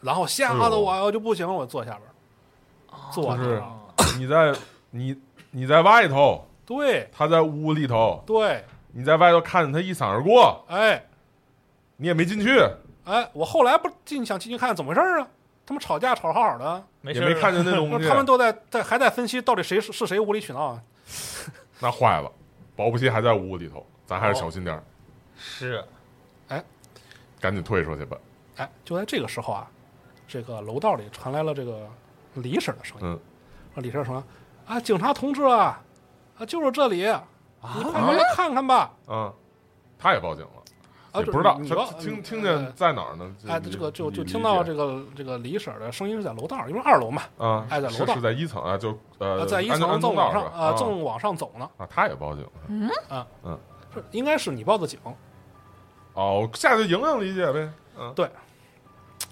Speaker 6: 然后吓得我我就不行了，我坐下边儿，
Speaker 3: 哦
Speaker 6: 坐
Speaker 5: 哎就
Speaker 6: 下
Speaker 5: 是
Speaker 6: 边儿
Speaker 5: 你在你你在外头，
Speaker 6: 对
Speaker 5: 他在屋里头，
Speaker 6: 对，
Speaker 5: 你在外头看见他一闪而过，
Speaker 6: 哎
Speaker 5: 你也没进去，
Speaker 6: 哎，我后来不是进想进去看看怎么回事儿啊？他们吵架吵得好好的，
Speaker 2: 没
Speaker 5: 也
Speaker 2: 事，
Speaker 5: 没看见那
Speaker 6: 不 [laughs]
Speaker 5: 东西
Speaker 6: 是，他们都在在还在分析到底谁是是谁无理取闹啊？
Speaker 5: 那坏了，保不齐还在屋里头，咱
Speaker 6: 哦
Speaker 5: 还是小心点儿，
Speaker 2: 是
Speaker 5: 赶紧退出去吧。
Speaker 6: 哎，就在这个时候啊，这个楼道里传来了这个李婶儿的声音。
Speaker 5: 嗯
Speaker 6: 说李婶儿说：“啊，警察同志啊，啊，就是这里，你快过来看看吧。
Speaker 5: 嗯，他也报警了，
Speaker 6: 啊，
Speaker 5: 也
Speaker 6: 就
Speaker 5: 不知道
Speaker 6: 你
Speaker 5: 他
Speaker 6: 吧
Speaker 5: 听
Speaker 6: 嗯
Speaker 5: 听见在哪儿呢？
Speaker 6: 哎，
Speaker 5: 理
Speaker 6: 这个就
Speaker 5: 理
Speaker 6: 就
Speaker 5: 理
Speaker 6: 听到
Speaker 5: 解
Speaker 6: 这个这个李婶儿的声音是在楼道儿，因为二楼嘛，
Speaker 5: 啊，
Speaker 6: 哎在
Speaker 5: 是
Speaker 6: 楼道
Speaker 5: 是在一层啊，就
Speaker 6: 呃
Speaker 5: 呃，
Speaker 6: 在一
Speaker 5: 安
Speaker 6: 层
Speaker 5: 安
Speaker 6: 正
Speaker 5: 东
Speaker 6: 往
Speaker 5: 道
Speaker 6: 上
Speaker 5: 是吧
Speaker 6: 呃
Speaker 5: 啊
Speaker 6: 正往上走呢，
Speaker 5: 啊，他也报警了。
Speaker 6: 是应该是你报的警，
Speaker 5: 哦，下去迎迎理解呗。嗯，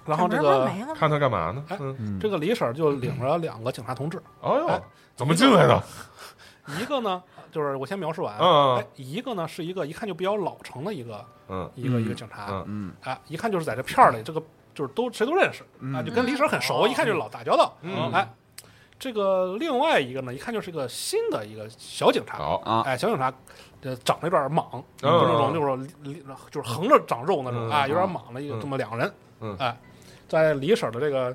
Speaker 6: 然后这
Speaker 3: 门儿
Speaker 6: 个
Speaker 3: 没了吗，
Speaker 5: 看他干嘛呢？
Speaker 6: 哎
Speaker 5: 嗯，
Speaker 6: 这个李婶儿就领着两个警察同志，
Speaker 5: 哎呦
Speaker 6: 哎，
Speaker 5: 怎么进来的？
Speaker 6: 一个呢就是我先描述完，
Speaker 5: 嗯嗯
Speaker 6: 哎，一个呢是一个一看就比较老成的一个
Speaker 5: 嗯
Speaker 6: 一个
Speaker 4: 嗯
Speaker 6: 一个警察，
Speaker 5: 嗯
Speaker 4: 嗯，
Speaker 6: 哎，一看就是在这片儿里这个就是都谁都认识啊，就跟李婶儿很熟，
Speaker 2: 哦
Speaker 6: 一看就是老打交道，
Speaker 5: 嗯
Speaker 6: 哎，这个另外一个呢一看就是个新的一个小警察，
Speaker 5: 好，
Speaker 4: 啊
Speaker 6: 哎，小警察，呃，长得有点莽，就那种就是里里就是横着长肉那种
Speaker 5: 嗯
Speaker 6: 啊，
Speaker 5: 嗯
Speaker 6: 有点莽的一个
Speaker 5: 嗯
Speaker 6: 这么两个人，
Speaker 5: 嗯
Speaker 6: 哎，在李婶儿的这个，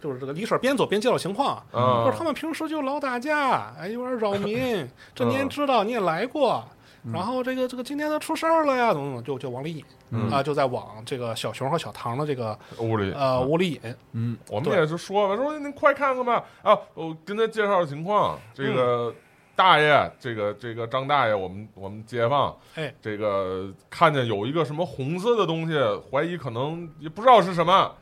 Speaker 6: 就是这个李婶儿边走边介绍情况啊，
Speaker 5: 嗯
Speaker 6: 就是他们平时就老打架，哎，有点扰
Speaker 5: [laughs]
Speaker 6: 民，这
Speaker 5: 嗯
Speaker 6: 您知道，你也来过，然后这个这个今天他出事儿了呀，怎么怎么就就往里引
Speaker 5: 嗯
Speaker 6: 啊，就在往这个小熊和小唐的这个
Speaker 5: 屋里
Speaker 6: 呃
Speaker 5: 嗯
Speaker 6: 屋里引，
Speaker 5: 我们也是说吧，说您快看看吧。啊，我跟他介绍情况，这个大爷，这个这个张大爷，我们我们街坊，
Speaker 6: 哎，
Speaker 5: 这个看见有一个什么红色的东西，怀疑可能也不知道是什么，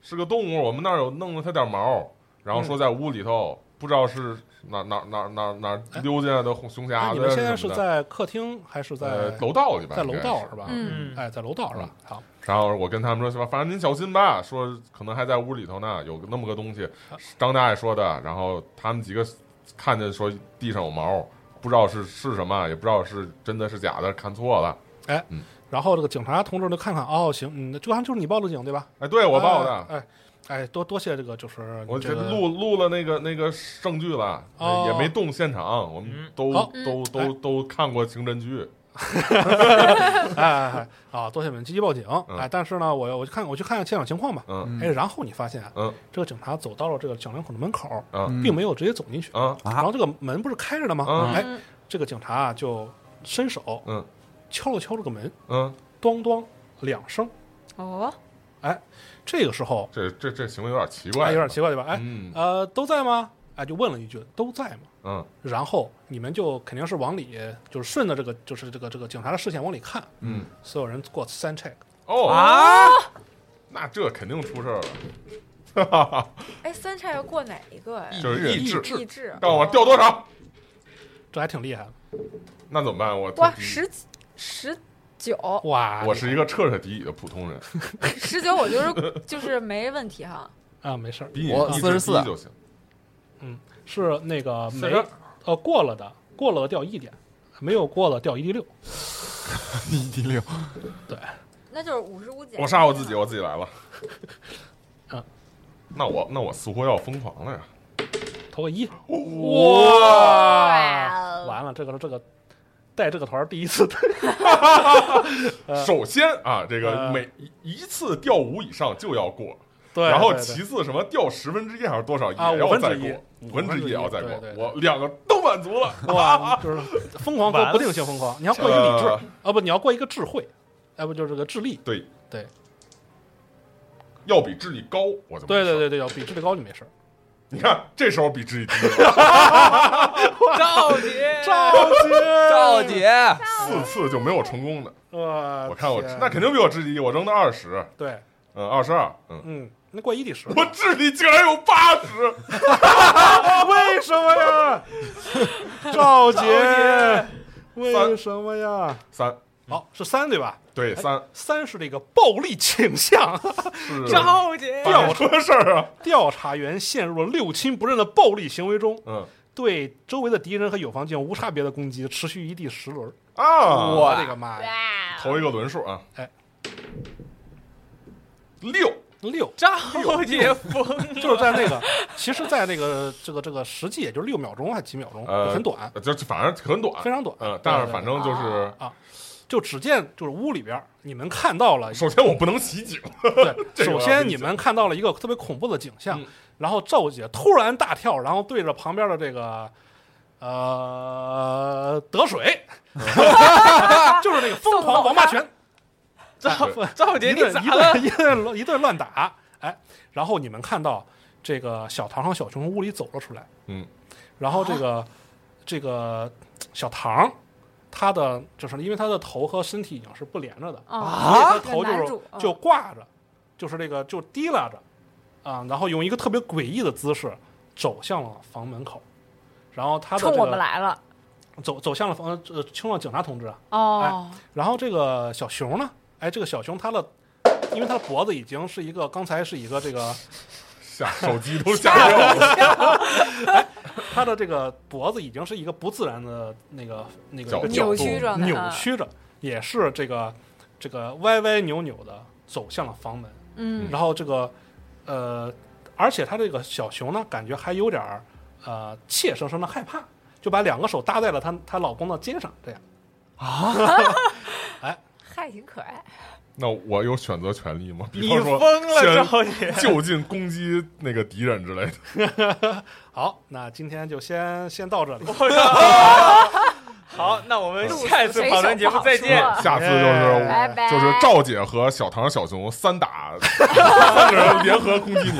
Speaker 5: 是个动物。我们那儿有弄了它点毛，然后
Speaker 6: 嗯
Speaker 5: 说在屋里头，不知道是哪哪哪哪哪溜进来的红熊
Speaker 6: 哎那
Speaker 5: 瞎
Speaker 6: 你
Speaker 5: 子。啊
Speaker 6: 们现在是在客厅还是
Speaker 5: 呃
Speaker 6: 在
Speaker 5: 楼道里吧？
Speaker 6: 在楼
Speaker 5: 应该
Speaker 6: 道
Speaker 5: 是
Speaker 6: 是吧？
Speaker 3: 嗯，
Speaker 2: 嗯，
Speaker 6: 哎，在楼道是吧？好，
Speaker 5: 然后我跟他们说，是吧？反正您小心吧，说可能还在屋里头呢，有那么个东西。
Speaker 6: 啊
Speaker 5: 张大爷说的，然后他们几个看见说地上有毛，不知道是是什么，也不知道是真的是假的，看错了。
Speaker 6: 然后这个警察同志就看看，哦，行，嗯，就好像就是你报的警对吧？
Speaker 5: 哎，对我报的，
Speaker 6: 哎，哎哎，多多谢这个，就是
Speaker 5: 我
Speaker 6: 这
Speaker 5: 这
Speaker 6: 个
Speaker 5: 录录了那个那个证据了，
Speaker 6: 哦
Speaker 5: 也没动现场，我们
Speaker 2: 嗯
Speaker 5: 都
Speaker 6: 好
Speaker 5: 都都都看过刑侦剧，
Speaker 6: 哎哎哎啊，多谢你们积极报警。
Speaker 5: 嗯
Speaker 6: 哎，但是呢，我我去看我去看现场情况吧。
Speaker 5: 嗯
Speaker 4: 嗯
Speaker 6: 哎，然后你发现啊
Speaker 5: 嗯
Speaker 6: 这个警察走到了这个小两口的门口，
Speaker 5: 嗯
Speaker 6: 并没有直接走进去。
Speaker 5: 啊
Speaker 4: 啊
Speaker 6: 然后这个门不是开着的吗？
Speaker 5: 嗯
Speaker 6: 哎，
Speaker 3: 嗯
Speaker 6: 这个警察啊就伸手
Speaker 5: 嗯
Speaker 6: 敲了敲这个门，
Speaker 5: 嗯，
Speaker 6: 咚咚两声。
Speaker 3: 哦，
Speaker 6: 这个时候，
Speaker 5: 这这这行为有点奇
Speaker 6: 哎，
Speaker 5: 怪，
Speaker 6: 有点奇怪对吧？哎，
Speaker 5: 嗯
Speaker 6: 呃，都在吗？哎，就问了一句，都在吗？
Speaker 5: 嗯
Speaker 6: 然后你们就肯定是往里，就是顺着这个，就是这个这个警察的视线往里看，
Speaker 5: 嗯，
Speaker 6: 所有人给我三 check，
Speaker 5: 哦，
Speaker 2: 啊，
Speaker 5: 那这肯定出事儿了哈哈
Speaker 6: [laughs]
Speaker 5: 哈，
Speaker 3: 哎，三叉要过哪一个呀？哦
Speaker 5: 就是
Speaker 4: 意
Speaker 5: 意志，
Speaker 3: 意哎志，
Speaker 5: 告诉我掉多少，
Speaker 6: 这还挺厉害的。
Speaker 5: 那怎么办？我
Speaker 3: 哇，十几十九，
Speaker 6: 哇，
Speaker 5: 我是一个彻彻底底的普通人，
Speaker 3: 十九，我就是就是没问题哈。
Speaker 6: 啊，没事儿，
Speaker 5: 比你
Speaker 4: 我
Speaker 5: 意志
Speaker 4: 44
Speaker 5: 低就行，
Speaker 6: 是那个没
Speaker 2: 42
Speaker 6: 呃过了的，过了的掉一点，没有过了掉一滴六。
Speaker 4: 一滴六，
Speaker 3: 那就是五十五减。
Speaker 5: 我杀我自己，我自己来了
Speaker 6: 啊。
Speaker 5: 那我那我似乎要疯狂了呀！
Speaker 6: 投个一，
Speaker 5: 哇！
Speaker 3: 哇，
Speaker 6: 完了，这个这个带这个团儿第一次
Speaker 5: 首先啊，这个
Speaker 6: 呃
Speaker 5: 每一一次掉五以上就要过，
Speaker 6: [laughs] 对，
Speaker 5: 然后
Speaker 6: 对
Speaker 5: 其次什么掉十分之一还是多少也
Speaker 6: 啊五
Speaker 5: 要
Speaker 6: 分
Speaker 5: 再
Speaker 6: 之一
Speaker 5: 过，
Speaker 6: 五
Speaker 5: 五分之
Speaker 6: 分之
Speaker 5: 一
Speaker 6: 一
Speaker 5: 也要再
Speaker 6: 对
Speaker 5: 过
Speaker 6: 对，对
Speaker 5: 我两个都满足
Speaker 6: [laughs]
Speaker 5: 了。
Speaker 6: 对 [laughs] 哇，就是疯狂
Speaker 2: 完
Speaker 6: 过
Speaker 2: 了
Speaker 6: 不定性疯狂，你要过一个理
Speaker 5: 呃
Speaker 6: 智啊，不，你要过一个智慧，要不就是这个智力，
Speaker 5: 对
Speaker 6: 对，
Speaker 5: 要比智力高，我就没
Speaker 6: 对
Speaker 5: 事儿
Speaker 6: 对，对对，要比智力高就没事 [laughs] 儿。
Speaker 5: 你看这时候
Speaker 3: [laughs]
Speaker 5: 比智力低了，
Speaker 2: [laughs] 赵杰，
Speaker 4: 赵姐，
Speaker 5: 四次就没有成功的。
Speaker 6: 我
Speaker 5: 我看我
Speaker 6: 啊天
Speaker 5: 那肯定比我智力低，我扔的二十，
Speaker 6: 对，
Speaker 5: 嗯，二十二，嗯， [laughs]
Speaker 6: 嗯，那过一第十，
Speaker 5: 我智力竟然有八十，
Speaker 6: [laughs] 为什么呀？ [laughs] 赵杰，为什么呀？
Speaker 5: 三
Speaker 6: 好，是三对吧？
Speaker 5: 对三
Speaker 6: 三是这个暴力倾向，
Speaker 5: 是
Speaker 2: 赵杰，
Speaker 5: 掉什么事儿啊？
Speaker 6: 调查员陷入了六亲不认的暴力行为中，
Speaker 5: 嗯
Speaker 6: 对周围的敌人和友方进行无差别的攻击，持续一第十轮。
Speaker 5: 啊，
Speaker 6: 我
Speaker 4: 哇
Speaker 6: 的个妈呀！
Speaker 5: 头一个轮数啊，
Speaker 6: 哎，
Speaker 5: 六，
Speaker 6: 六，
Speaker 2: 赵杰疯，
Speaker 6: 就是在那个，其实，在那个这个这个实际也就六秒钟还几秒钟，
Speaker 5: 呃，
Speaker 6: 就哦很短，
Speaker 5: 就反正很短，
Speaker 6: 非常短。啊
Speaker 5: 嗯，但
Speaker 6: 对
Speaker 5: 是反正就是，
Speaker 6: 就只见就是屋里边儿你们看到了
Speaker 5: 首先我不能袭警， [laughs] 这
Speaker 6: 对，
Speaker 5: 个我要
Speaker 6: 首先
Speaker 5: 理
Speaker 6: 你
Speaker 5: 解
Speaker 6: 们看到了一个特别恐怖的景象，
Speaker 5: 嗯
Speaker 6: 然后赵姐突然大跳，然后对着旁边的这个呃
Speaker 5: [laughs]
Speaker 6: 得水， [laughs] 就是那个疯狂王八拳，
Speaker 2: 赵
Speaker 5: 对
Speaker 2: 赵杰 [laughs]
Speaker 6: 一
Speaker 2: 你
Speaker 6: 顿
Speaker 2: 咋
Speaker 6: 一
Speaker 2: 了？
Speaker 6: 顿一顿乱一顿乱打，哎，然后你们看到这个小唐和小熊从屋里走了出来，
Speaker 5: 嗯，
Speaker 6: 然后这个、这个小唐。他的就是因为他的头和身体已经是不连着的，
Speaker 3: 啊，
Speaker 6: 所以他
Speaker 3: 这个
Speaker 6: 头就
Speaker 3: 男
Speaker 6: 是
Speaker 3: 主嗯
Speaker 6: 就挂着，就是那个就提拉着，啊，然后用一个特别诡异的姿势走向了房门口，然后他的
Speaker 3: 冲
Speaker 6: 这
Speaker 3: 我们
Speaker 6: 个
Speaker 3: 来了
Speaker 6: 走走向了房呃冲了警察同志，
Speaker 3: 哦，
Speaker 6: 然后这个小熊呢，哎，这个小熊他的，因为他的脖子已经是一个刚才是一个这个
Speaker 5: 吓手机都吓掉了，
Speaker 6: 他的这个脖子已经是一个不自然的那个那个
Speaker 5: 角
Speaker 6: 一个
Speaker 5: 度
Speaker 6: 角
Speaker 3: 扭
Speaker 6: 度
Speaker 3: 曲状态，
Speaker 6: 扭
Speaker 3: 嗯，
Speaker 6: 曲着，也是这个这个歪歪扭扭的走向了房门。
Speaker 3: 嗯，
Speaker 6: 然后这个呃，而且他这个小熊呢，感觉还有点儿呃怯生生的害怕，就把两个手搭在了她她老公的肩上，这样
Speaker 3: 还挺可爱。
Speaker 5: 那我有选择权利吗？比
Speaker 2: 你
Speaker 5: 方说，
Speaker 2: 疯了，
Speaker 5: 先
Speaker 2: 赵
Speaker 5: [laughs]
Speaker 2: 杰，
Speaker 5: 就近攻击那个敌人之类的，
Speaker 6: 好，那今天就先先到这里。
Speaker 2: 好，那我们下一次跑团节目再见。
Speaker 3: 嗯
Speaker 5: 下次就是
Speaker 6: 哎
Speaker 3: 拜拜。
Speaker 5: 就是赵姐和小唐、小熊三打 [laughs] 三个人联合攻击你。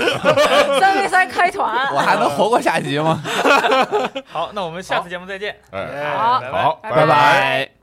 Speaker 3: 三 v 三开团，
Speaker 6: [laughs]
Speaker 4: 我还能活过下集吗？
Speaker 2: 好，那我们下次节目再见。
Speaker 5: 哎，
Speaker 3: 好
Speaker 2: 拜拜
Speaker 5: 好，
Speaker 3: 拜
Speaker 5: 拜
Speaker 3: 拜。